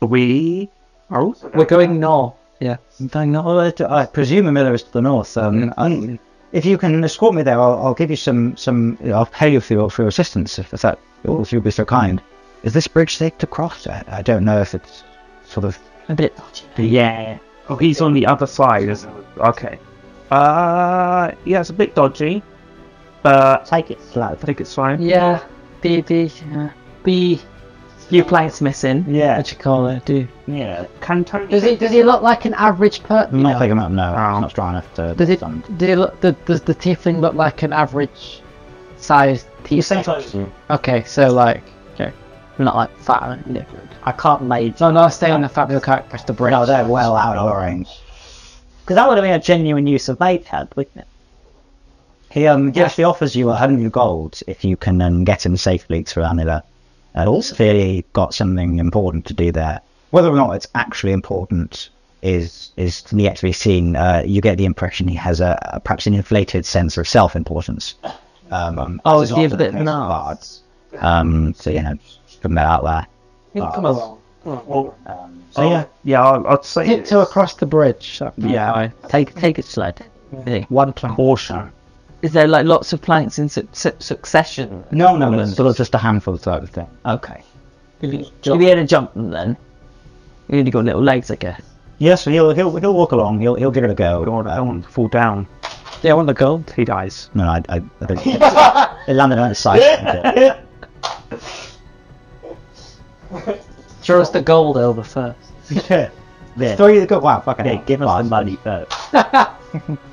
Speaker 7: We are also
Speaker 8: We're going north. Yeah.
Speaker 6: Going north. I presume Amila is to the north. Um, and if you can escort me there, I'll, I'll give you some, some. I'll pay you for your, for your assistance if, if that, if you'll be so kind. Is this bridge safe to cross? I, I don't know if it's sort of
Speaker 8: A bit.
Speaker 7: Yeah. Oh, he's on the other side. Isn't he? Okay. Uh, yeah, it's a bit dodgy, but
Speaker 6: take it slow.
Speaker 7: I think it's fine.
Speaker 8: Yeah. Be be uh, be. Few planks missing.
Speaker 6: Yeah.
Speaker 8: What you call it? Do.
Speaker 6: Yeah.
Speaker 7: Can Tony?
Speaker 8: Does he does he look like an average person?
Speaker 6: I'm not picking him up. No,
Speaker 7: Oh.
Speaker 6: it's not strong enough to.
Speaker 8: Does it?
Speaker 6: um,
Speaker 8: Do you look, does, does the tiefling look like an average sized tiefling? Okay, so like, okay, not like fat or anything different.
Speaker 6: I can't make.
Speaker 8: No, no, stay on the fat little character. Press the bridge.
Speaker 6: No, they're well out of range. Because that would have been a genuine use of Maidhead, wouldn't it? He um he actually offers you a hundred gold if you can um, get him safely to Anila. And also, clearly got something important to do there. Whether or not it's actually important is is yet to be seen. Uh, you get the impression he has a, a perhaps an inflated sense of self-importance. Um,
Speaker 8: Oh,
Speaker 6: this
Speaker 8: is he a
Speaker 6: often the
Speaker 8: bit
Speaker 6: case with
Speaker 8: nuts?
Speaker 6: bards. Um, so you know, just putting that out there.
Speaker 8: Come along. Oh,
Speaker 6: Um, so yeah,
Speaker 7: Yeah, I'll, I'd say
Speaker 8: Tip
Speaker 7: it's
Speaker 8: to across the bridge.
Speaker 7: Yeah.
Speaker 9: Take take it slow. Yeah.
Speaker 6: one plan.
Speaker 7: caution.
Speaker 9: Is there like lots of planks in su- su- succession?
Speaker 6: No, no, no. Sort of just a handful type of thing.
Speaker 9: Okay. If you, if you had to jump them then, you only got little legs, I guess.
Speaker 6: Yes, he'll he'll he'll walk along. He'll he'll give it a go. Um,
Speaker 7: God, I don't want to fall down.
Speaker 9: Yeah, I want the gold.
Speaker 7: He dies.
Speaker 6: No, I, I, I don't. it landed on its side. didn't it?
Speaker 8: Show us the gold over first.
Speaker 6: yeah. Throw you the good. Wow, fucking yeah, give us the money first.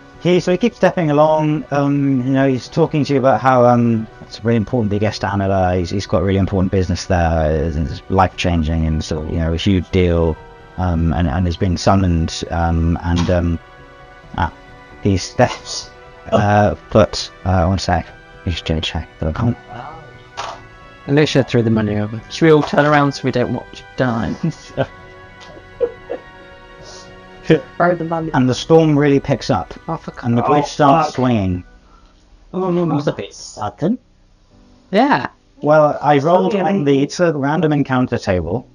Speaker 6: he so he keeps stepping along. Um, you know, he's talking to you about how um it's really important that he gets to Anila. He's, he's got really important business there. It's, life changing and so you know a huge deal. Um, and and has been summoned. Um, and um, ah, he steps. Uh, but uh, one sec. He's just check that I can't.
Speaker 8: Alicia threw the money over.
Speaker 9: Should we all turn around so we don't watch die?
Speaker 8: Throw the money.
Speaker 6: And the storm really picks up.
Speaker 8: Oh, for God.
Speaker 6: and the bridge starts swinging.
Speaker 8: was a bit sudden. Yeah.
Speaker 6: Well, I rolled on the it's a random encounter table,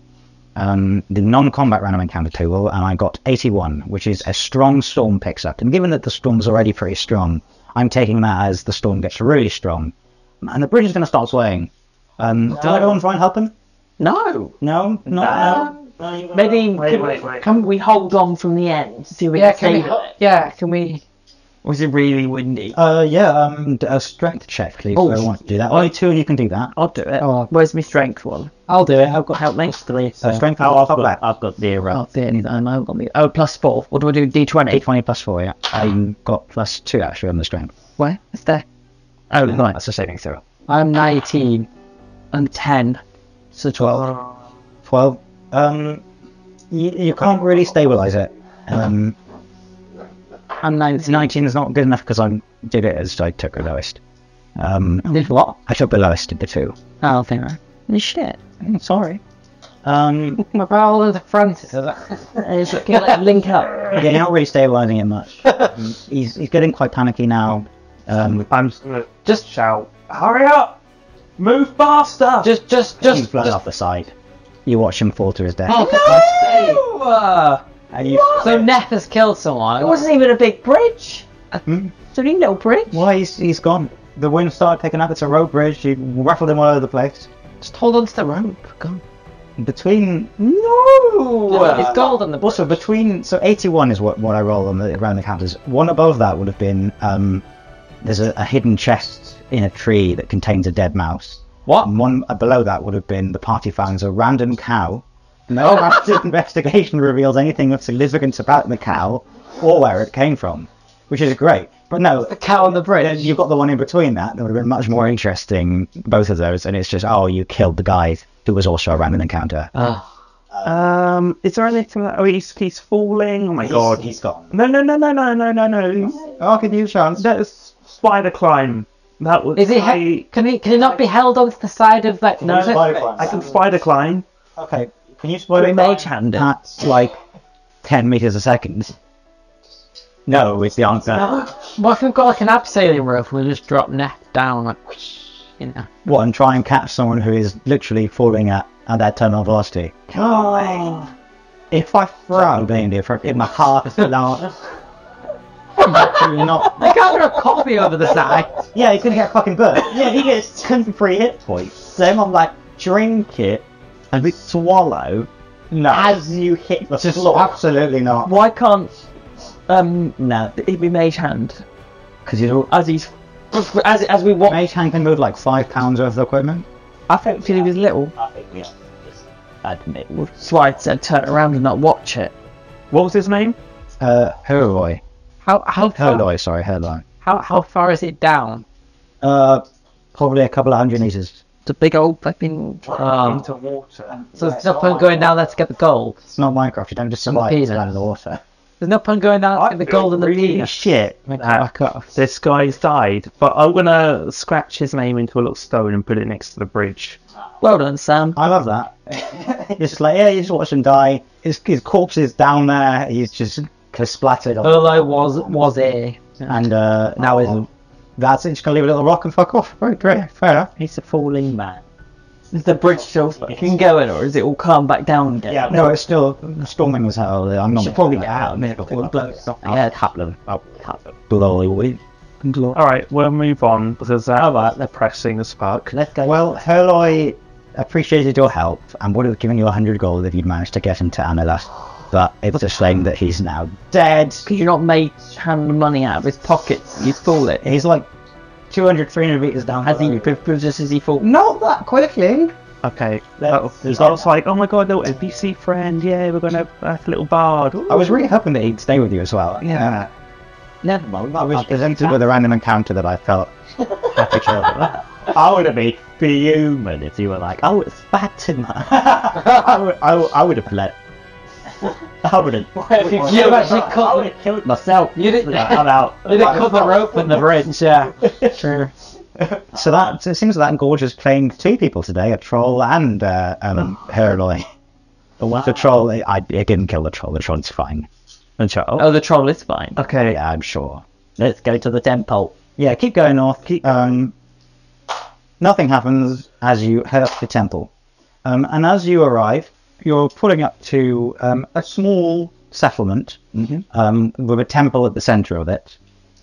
Speaker 6: um, the non-combat random encounter table, and I got 81, which is a strong storm picks up. And given that the storm's already pretty strong, I'm taking that as the storm gets really strong, and the bridge is going to start swaying. Um, Did everyone try and help him?
Speaker 8: No.
Speaker 6: No, not
Speaker 8: Maybe can, can we hold on from the end? See if we yeah, can we, Yeah, can we?
Speaker 9: Was it really windy?
Speaker 6: Uh, yeah, um, d- a strength check, please. Oh, I want to do that. Only two of you can do that.
Speaker 9: I'll do it.
Speaker 8: Oh.
Speaker 9: Where's my strength one?
Speaker 8: I'll do it. I've got
Speaker 9: Help me.
Speaker 6: Uh, strength oh, I've, got, I've got
Speaker 9: Oh,
Speaker 6: zero.
Speaker 9: dear, neither am I. I've got me. Oh, plus four. What do I do? D20.
Speaker 6: 20 plus four, yeah. I got plus two actually on the strength.
Speaker 9: Where? It's there.
Speaker 6: Oh, nice. That's a saving throw.
Speaker 8: I'm 19.
Speaker 9: And 10.
Speaker 6: So 12. 12. Um, you, you can't really stabilize it. Um,
Speaker 8: I'm 19.
Speaker 6: 19 is not good enough because I did it as I took the lowest. Um,
Speaker 8: Did what?
Speaker 6: I took the lowest of the two.
Speaker 8: I
Speaker 9: Oh,
Speaker 8: don't think I.
Speaker 9: Shit.
Speaker 6: Mm, Sorry. Um,
Speaker 8: My barrel of the front is it's looking like link up.
Speaker 6: yeah, you're not really stabilizing it much. Um, he's, he's getting quite panicky now. Um,
Speaker 7: I'm just gonna Oh. just shout, hurry up, move faster.
Speaker 8: Just, just,
Speaker 6: just,
Speaker 8: just.
Speaker 6: he's flying off the side. You watch him fall to his death.
Speaker 8: Oh,
Speaker 6: and you,
Speaker 8: So Neff has killed someone.
Speaker 9: even a big bridge.
Speaker 6: Hmm?
Speaker 9: It's only a little bridge.
Speaker 6: Why he's, he's gone. The wind started picking up. It's a road bridge. You ruffled him all over the place.
Speaker 8: Just hold on to the rope. Go on.
Speaker 6: Between no,
Speaker 8: it's gold on the
Speaker 6: Also between so eighty one is what, what I roll on the around the counters. One above that would have been um, there's a, a hidden chest in a tree that contains a dead mouse.
Speaker 8: What?
Speaker 6: And one uh, below that would have been the party finds a random cow. No
Speaker 8: Oh.
Speaker 6: active investigation reveals anything of significance about the cow or where it came from, which is great. But no,
Speaker 8: The cow on the
Speaker 6: then
Speaker 8: bridge.
Speaker 6: you've got the one in between that. That would have been much more interesting, both of those. And it's just, oh, you killed the guy who was also a random encounter.
Speaker 8: Ah.
Speaker 7: Um, is there anything that oh he's he's falling? Oh my god.
Speaker 6: he's gone.
Speaker 7: No no no no no no no no. He's-
Speaker 6: Oh, can you chance?
Speaker 7: That is spider climb. That was
Speaker 8: Is he?
Speaker 7: I,
Speaker 8: He- can he? Can he not be held onto the side of that?
Speaker 6: No,
Speaker 8: was it-
Speaker 6: spider climb.
Speaker 7: I can spider climb.
Speaker 6: Okay, can you spoil it?
Speaker 9: Mage hand it.
Speaker 6: That's like 10 meters a second. No, it's the answer.
Speaker 8: What if we've got like an abseiling rope? We'll just drop neck down like, whoosh, you know.
Speaker 6: What, and try and catch someone who is literally falling at, at their terminal velocity? If I throw Bendy in my heart, no. You're not
Speaker 8: I can't throw a copy over the side.
Speaker 6: Yeah, he's gonna get a fucking bird. yeah, he gets ten free hit points. Then I'm like, drink it and we swallow no. as you hit the floor. Absolutely not.
Speaker 9: Why can't um
Speaker 6: No,
Speaker 9: it be mage hand
Speaker 6: because you don't.
Speaker 9: as he's as as we walk?
Speaker 6: Mage hand can move like five pounds worth of equipment.
Speaker 9: I think because he was little.
Speaker 6: I think yeah.
Speaker 9: Admit. That's why I said turn around and not watch it.
Speaker 7: What was his name?
Speaker 6: Uh, Oh. Herloy.
Speaker 8: How how far,
Speaker 6: Herloy, sorry, Herloy.
Speaker 8: how how far is it down?
Speaker 6: Uh, probably a couple of hundred meters.
Speaker 9: The big old flipping. Um,
Speaker 7: water.
Speaker 8: So there's no point going down there to get the gold.
Speaker 6: It's not Minecraft. You don't just survive
Speaker 8: peas.
Speaker 6: out of the water.
Speaker 8: There's no point going down to get the gold and the
Speaker 7: really
Speaker 8: penis.
Speaker 6: Shit.
Speaker 7: Fuck off. This guy's died, but I'm gonna scratch his name into a little stone and put it next to the bridge.
Speaker 9: well done, Sam.
Speaker 6: I love that. it's just like, yeah, you just watch him die. His, his corpse is down there. He's just splattered on
Speaker 8: Although was was a
Speaker 6: and uh, now isn't. That's it. Just gonna leave a little rock and fuck off. Right, great, fair enough.
Speaker 9: He's a falling man. Is the bridge still fucking going, or is it all come back down again?
Speaker 6: No, it's still storming was hell. I'm not.
Speaker 9: Should probably get out of it. Or blow it up. Yeah,
Speaker 6: Haplin.
Speaker 9: Oh,
Speaker 6: Blowy wee.
Speaker 7: All right, we'll move on because that,
Speaker 9: All right.
Speaker 7: they're pressing as fuck.
Speaker 9: Let's go.
Speaker 6: Well, Herloy appreciated your help and would have given you 100 gold if you'd managed to get him to Anilas. But it's a shame that he's now dead.
Speaker 9: Could you not make hand money out of his pockets? You fool it.
Speaker 6: He's like 200, 300 meters down.
Speaker 9: Has he proved just as he thought?
Speaker 6: Not that quickly.
Speaker 7: Okay, that
Speaker 6: Let's-
Speaker 7: was I was like, oh my god, little NPC friend, yeah, we're gonna have a little bard. Ooh.
Speaker 6: I was really hoping that he'd stay with you as well.
Speaker 7: Yeah.
Speaker 6: Never mind. I was presented with a random encounter that I felt had to kill. I would have been fuming if you were like, oh, it's Fatima. I, would, I, would- I would have let. I would have.
Speaker 8: if you you actually cut the-
Speaker 6: killed myself.
Speaker 8: you didn't
Speaker 6: I'm out.
Speaker 8: you didn't cut the rope and the bridge, yeah. True.
Speaker 6: So that so it seems that Gorge has claimed two people today, a troll and uh, um, Herloy. The troll, I, I didn't kill the troll. The troll's fine. The troll.
Speaker 9: Oh, the troll is fine.
Speaker 6: Okay. Yeah, I'm sure. Let's go to the temple. Yeah, keep going north. Keep um, nothing happens as you head up to the temple. Um, and as you arrive, you're pulling up to um, a small settlement um, with a temple at the centre of it.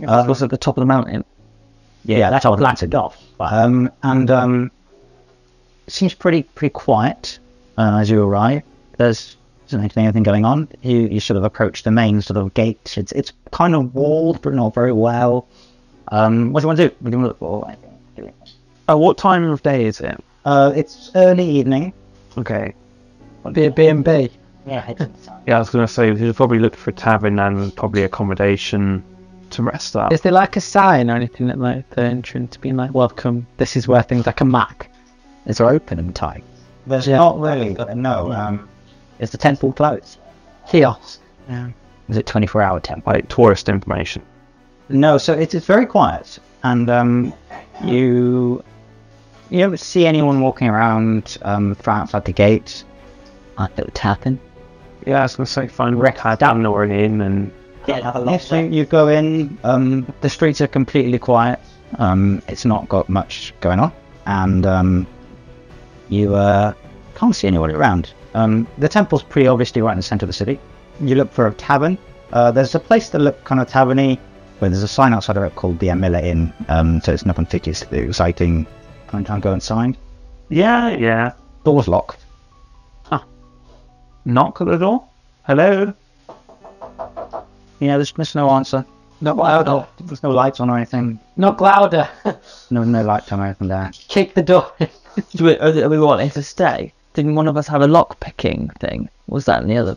Speaker 6: Um,
Speaker 9: It was at the top Mm-hmm. of the mountain.
Speaker 6: Yeah, that's all flattened off. Um, and um, seems pretty pretty quiet uh, as you arrive. There's isn't actually anything going on. You you sort of approach the main sort of gate. It's it's kind of walled, but not very well. Um, what do you want to do? What do you want to look for? Anything?
Speaker 7: Oh, what time of day is it?
Speaker 6: Uh, it's early evening.
Speaker 7: Okay.
Speaker 8: Be a B and B.
Speaker 6: Yeah, it's
Speaker 7: Yeah, I was gonna say we should probably look for a tavern and probably accommodation to rest up.
Speaker 8: Is there like a sign or anything at like the entrance being like, Welcome, this is where things like a Mac?
Speaker 9: It's open and tight.
Speaker 6: there's not really no. Um,
Speaker 9: Is the temple closed?
Speaker 8: Kiosk.
Speaker 9: Is it 24 hour temple?
Speaker 7: Like tourist information.
Speaker 6: No, so it's, it's very quiet, and um, you you don't see anyone walking around um, from outside the gate.
Speaker 9: I little tapping.
Speaker 7: Yeah, I was gonna say find a tavern or an inn and
Speaker 6: Next thing you go in, um, the streets are completely quiet. Um, it's not got much going on, and um, you uh, can't see anybody around. Um, the temple's pretty obviously right in the centre of the city. You look for a tavern. Uh, there's a place that looked kind of taverny, but there's a sign outside of it called the Amilla Inn, um, so it's nothing particularly exciting. Can't can't go inside.
Speaker 7: Yeah, yeah.
Speaker 6: Door's locked.
Speaker 7: Knock at the door. Hello.
Speaker 6: Yeah, there's, there's no answer.
Speaker 8: Not louder.
Speaker 6: There's no lights on or anything.
Speaker 8: Knock louder.
Speaker 6: No, no lights on or anything there.
Speaker 8: Kick the door. in.
Speaker 9: Do we, are we wanting to stay? Didn't one of us have a lock picking thing? Was that in the other?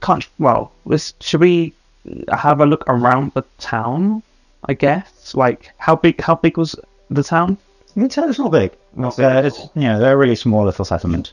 Speaker 7: Can't. Well, this, should we have a look around the town? I guess. Like, how big? How big was the town?
Speaker 6: You can tell it's not big. Not it's, you know, they're a really small little settlement.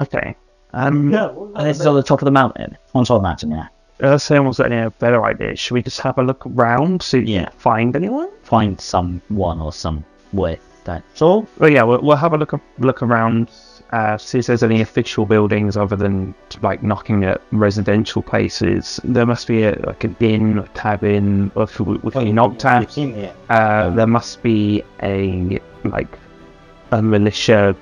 Speaker 7: Okay. Um,
Speaker 9: And this is on the top of the mountain.
Speaker 6: On top of the mountain, yeah.
Speaker 7: unless anyone's got any better idea, should we just have a look around see if we
Speaker 6: Yeah.
Speaker 7: can find anyone?
Speaker 2: Find someone or some way. Don't.
Speaker 7: So, well, yeah, we'll, we'll have a look look around, uh, see if there's any official buildings other than like knocking at residential places. There must be a, like an inn, a cabin, or if we, if we knocked at.
Speaker 6: here.
Speaker 7: Uh, there must be a like a militia.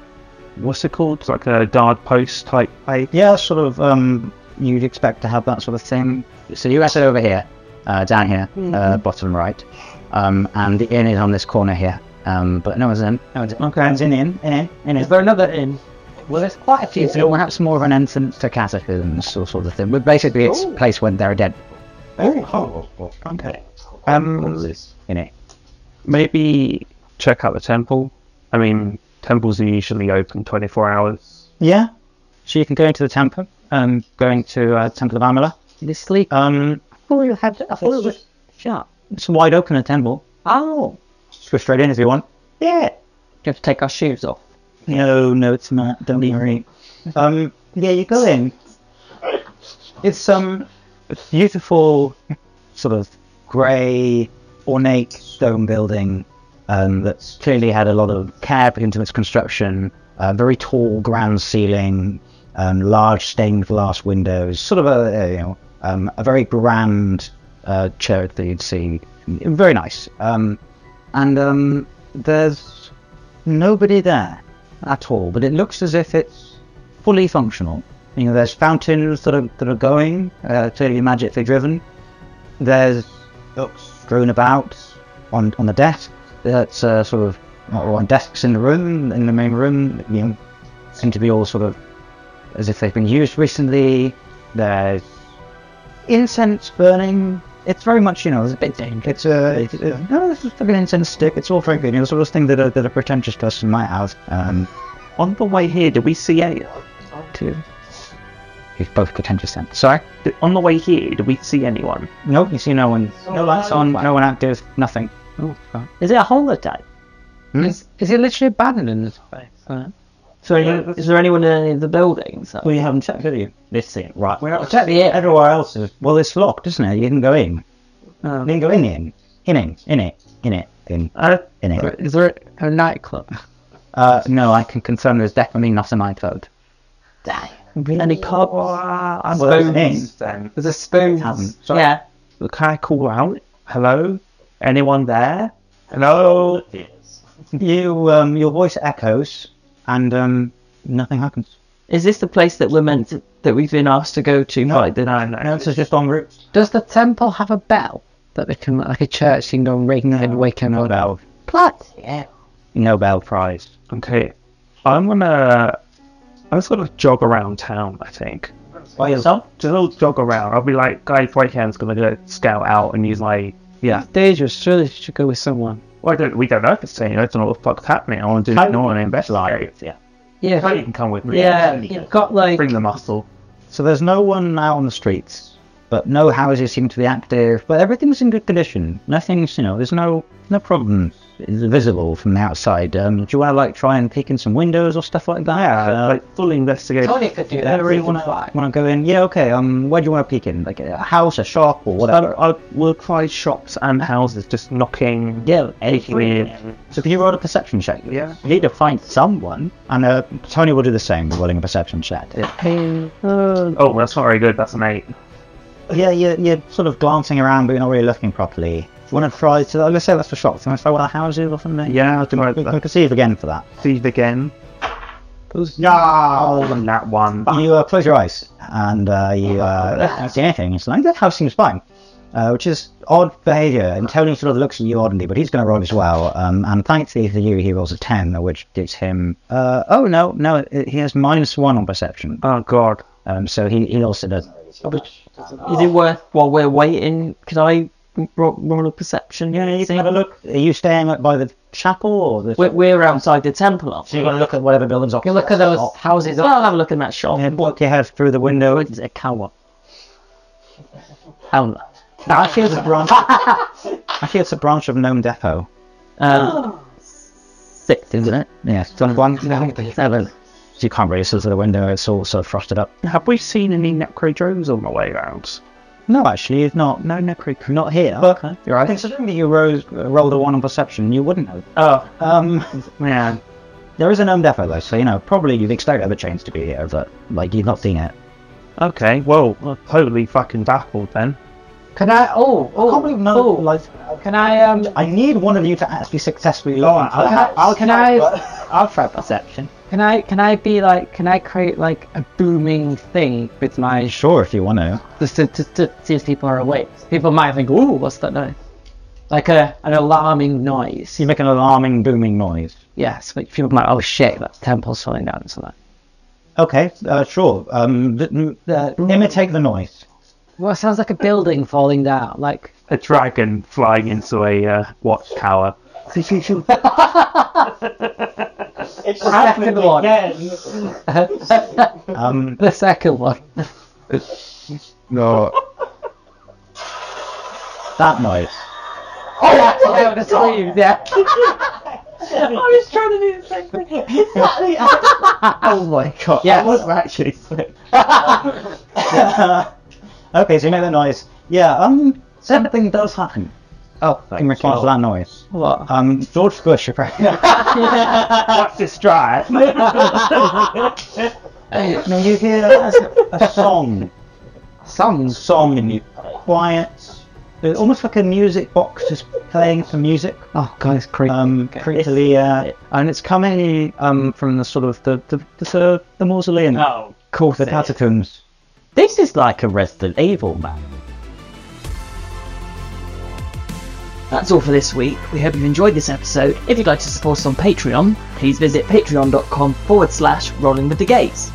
Speaker 7: What's it called? It's like a guard post type place.
Speaker 6: Yeah, sort of. Um, you'd expect to have that sort of thing. So you guys are over here, uh, down here, uh,
Speaker 8: Mm-hmm.
Speaker 6: bottom right, um, and the inn is on this corner here. Um, but no one's in. No one's in. Okay, it's in, in, in, in.
Speaker 8: Is there another inn?
Speaker 6: Well, there's quite a few. So perhaps more of an entrance to catacombs or sort of thing. But basically, it's
Speaker 8: Oh.
Speaker 6: a place when there are dead. Oh.
Speaker 7: Okay. Um,
Speaker 6: In it.
Speaker 7: maybe check out the temple. I mean, temples are usually open 24 hours.
Speaker 6: Yeah. So you can go into the temple. Um, going to uh, Temple of Amala.
Speaker 9: The sleep
Speaker 6: Um, oh, you had. I thought it was
Speaker 9: shut.
Speaker 6: it's wide open a temple.
Speaker 9: Oh,
Speaker 6: Just go straight in if you want. Yeah.
Speaker 9: you have to take our shoes off.
Speaker 6: No, no, it's not. Don't be worried. Um, yeah, you go in. It's um, a beautiful, sort of grey, ornate stone building um, that's clearly had a lot of care put into its construction. Uh, very tall grand ceiling, um, large stained glass windows. Sort of a, a, you know um, a very grand uh, church that you'd see. Very nice. Um, and um, there's nobody there at all, but it looks as if it's fully functional. You know, there's fountains that are that are going, uh, clearly magically driven. There's books strewn about on on the desk. That's uh, sort of or on desks in the room in the main room. You know, seem to be all sort of as if they've been used recently. There's incense burning. It's very much, you know, it's a bit dangerous. It's a, it's a no, this is like an incense stick. It's all very good. You know, the sort of thing that a, that a pretentious person might have. Um,
Speaker 7: On the way here, did we see a?
Speaker 6: to he's both pretentious then. Sorry.
Speaker 7: did- on the way here, did we see anyone?
Speaker 6: No, you see no one. Oh, No lights on. No one active. Nothing.
Speaker 9: Is it a holiday?
Speaker 8: Is, is it literally abandoned in this place? Uh,
Speaker 9: So, is there anyone in any of the buildings?
Speaker 8: Oh,
Speaker 6: Well, you haven't checked, have you? This thing, right? Well,
Speaker 8: check the inn.
Speaker 6: everywhere else is well, it's locked, isn't it? You can go in. You can go in, in, in, in, in it, in it, in,
Speaker 7: Uh,
Speaker 6: in it.
Speaker 8: Is there a, a nightclub?
Speaker 6: Uh, no, I can confirm there's definitely not a nightclub.
Speaker 9: Any pub?
Speaker 7: I'm
Speaker 6: Well, that's an inn.
Speaker 7: then.
Speaker 8: There's a spoon.
Speaker 6: Hasn't.
Speaker 8: Yeah.
Speaker 7: Can I call out? Hello? Anyone there? Hello?
Speaker 6: You, um, your voice echoes, and um, nothing happens.
Speaker 9: Is this the place that we're meant to, that we've been asked to go to? Right, then I
Speaker 6: No,
Speaker 9: know.
Speaker 6: this is just en route.
Speaker 8: Does the temple have a bell that they can, like a church, thing on ring and wake
Speaker 6: No
Speaker 8: everyone up?
Speaker 6: bell.
Speaker 8: Plus, yeah.
Speaker 6: Nobel Prize.
Speaker 7: Okay. I'm gonna. I'm just gonna jog around town, I think.
Speaker 6: By yourself?
Speaker 7: Just a little jog around. I'll be like, guys, right hand's gonna go scout out and use my. Yeah.
Speaker 8: Dangerous. Surely you should go with someone.
Speaker 7: Well, I don't, we don't know if it's saying, I don't know what the fuck's happening. I want to do no one investigate. Yeah.
Speaker 8: Yeah.
Speaker 7: Kate can come with me.
Speaker 8: Yeah, you've got like
Speaker 7: Bring the muscle.
Speaker 6: So there's no one out on the streets, but no houses seem to be active. But everything's in good condition. Nothing's, you know, there's no no problems visible from the outside. Um, do you want to like try and peek in some windows or stuff like that?
Speaker 7: Yeah,
Speaker 6: Uh,
Speaker 7: like full investigation.
Speaker 8: Tony could do
Speaker 6: I
Speaker 8: that.
Speaker 6: really want to want to go in. Yeah, okay. Um, where do you want to peek in? Like a house, a shop, or whatever.
Speaker 7: I, I will try shops and houses, just knocking.
Speaker 6: yeah, anything.
Speaker 7: Weird.
Speaker 6: So can you roll a perception check?
Speaker 7: Yeah.
Speaker 6: You need to find someone, and uh, Tony will do the same, rolling a perception check.
Speaker 7: Oh, that's not very good. That's an eight.
Speaker 6: Yeah, you're, you're sort of glancing around, but you're not really looking properly. You want to try to, let's say that's for shops. You want to try one of the houses or something?
Speaker 7: Yeah, I
Speaker 6: we, we, we
Speaker 7: can
Speaker 6: can see it again for that.
Speaker 7: see it again.
Speaker 6: No!
Speaker 7: And that one.
Speaker 6: You uh, close your eyes and uh, you uh, don't see anything. It's like, that house seems fine. uh, which is odd behaviour. And Tony sort of looks at you oddly, but he's going to roll as well. Um, and thankfully for you, he rolls a 10, which gives him. Uh, oh, no, no, he has minus one on perception.
Speaker 7: Oh, God.
Speaker 6: Um, so he, he also does.
Speaker 9: Is
Speaker 6: Oh.
Speaker 9: it worth while we're waiting? Can I roll, roll a perception?
Speaker 6: Yeah, you
Speaker 9: thing?
Speaker 6: can have a look. Are you staying like, by the chapel or the.
Speaker 9: We're, we're outside the temple. Aren't
Speaker 6: so you're going to look at whatever buildings off.
Speaker 8: You look at those houses.
Speaker 9: Well, I'll have a look in that shop.
Speaker 6: And walk your head through the window.
Speaker 9: What is it, a coward? Howler.
Speaker 6: Actually, it's a branch. Actually, it's a branch of Gnome Depot.
Speaker 9: Um, six, isn't it?
Speaker 6: Yeah, it's done one. Seven. So you can't really see through the window. It's all sort of frosted up.
Speaker 7: Have we seen any necro drones on the way round?
Speaker 6: No, actually, it's not. No, no, creek. Not here. okay. You're right. Considering that you rose, uh, rolled a one on perception, you wouldn't have.
Speaker 9: Oh,
Speaker 6: Um,
Speaker 9: man.
Speaker 6: there is an home depot though, so you know probably you'd expect other chains to be here, but like you've not seen it.
Speaker 7: Okay, well,
Speaker 6: uh,
Speaker 7: I'm totally fucking baffled then.
Speaker 8: Can I? Oh, oh,
Speaker 6: Probably not.
Speaker 8: oh.
Speaker 6: Like,
Speaker 8: Can I? Um,
Speaker 6: I need one of you to actually successfully look. into
Speaker 8: I'll-
Speaker 6: that.
Speaker 8: I'll- can I-
Speaker 9: I'll try perception.
Speaker 8: can I? Can I be like? Can I create like a booming thing with my
Speaker 6: Sure, if you want to.
Speaker 8: just to, to, to see if people are awake? People might think, "Ooh, what's that noise?" Like a an alarming noise.
Speaker 6: You make an alarming, booming noise.
Speaker 8: Yes, but people might. Oh shit, that's temple falling down and something.
Speaker 6: Okay, uh, sure. Um, th- m- uh, imitate the noise.
Speaker 8: Well, it sounds like a building falling down. Like
Speaker 7: A dragon flying into a uh, watchtower.
Speaker 8: the second one.
Speaker 6: Um,
Speaker 8: The second one.
Speaker 6: no. That noise.
Speaker 8: Oh, that's what I was saying, Yeah.
Speaker 9: I was trying to do the same thing.
Speaker 6: Oh my god.
Speaker 8: Yes.
Speaker 6: actually okay, so you make that noise. Yeah, um, something does happen. Oh, in response to that noise.
Speaker 8: What?
Speaker 6: Um, George Bush, apparently.
Speaker 7: What's this drive?
Speaker 6: no, you hear a, a song.
Speaker 8: Songs.
Speaker 6: Song in you. Quiet. It's almost like a music box just playing some music.
Speaker 8: Oh, God, it's creepy.
Speaker 6: Um, creepily, uh, and it's coming um from the sort of the the the, the mausoleum.
Speaker 9: Oh.
Speaker 6: Called the catacombs.
Speaker 2: This is like a Resident Evil map.
Speaker 4: That's all for this week. We hope you've enjoyed this episode. If you'd like to support us on Patreon, please visit patreon.com forward slash rolling with the gaze.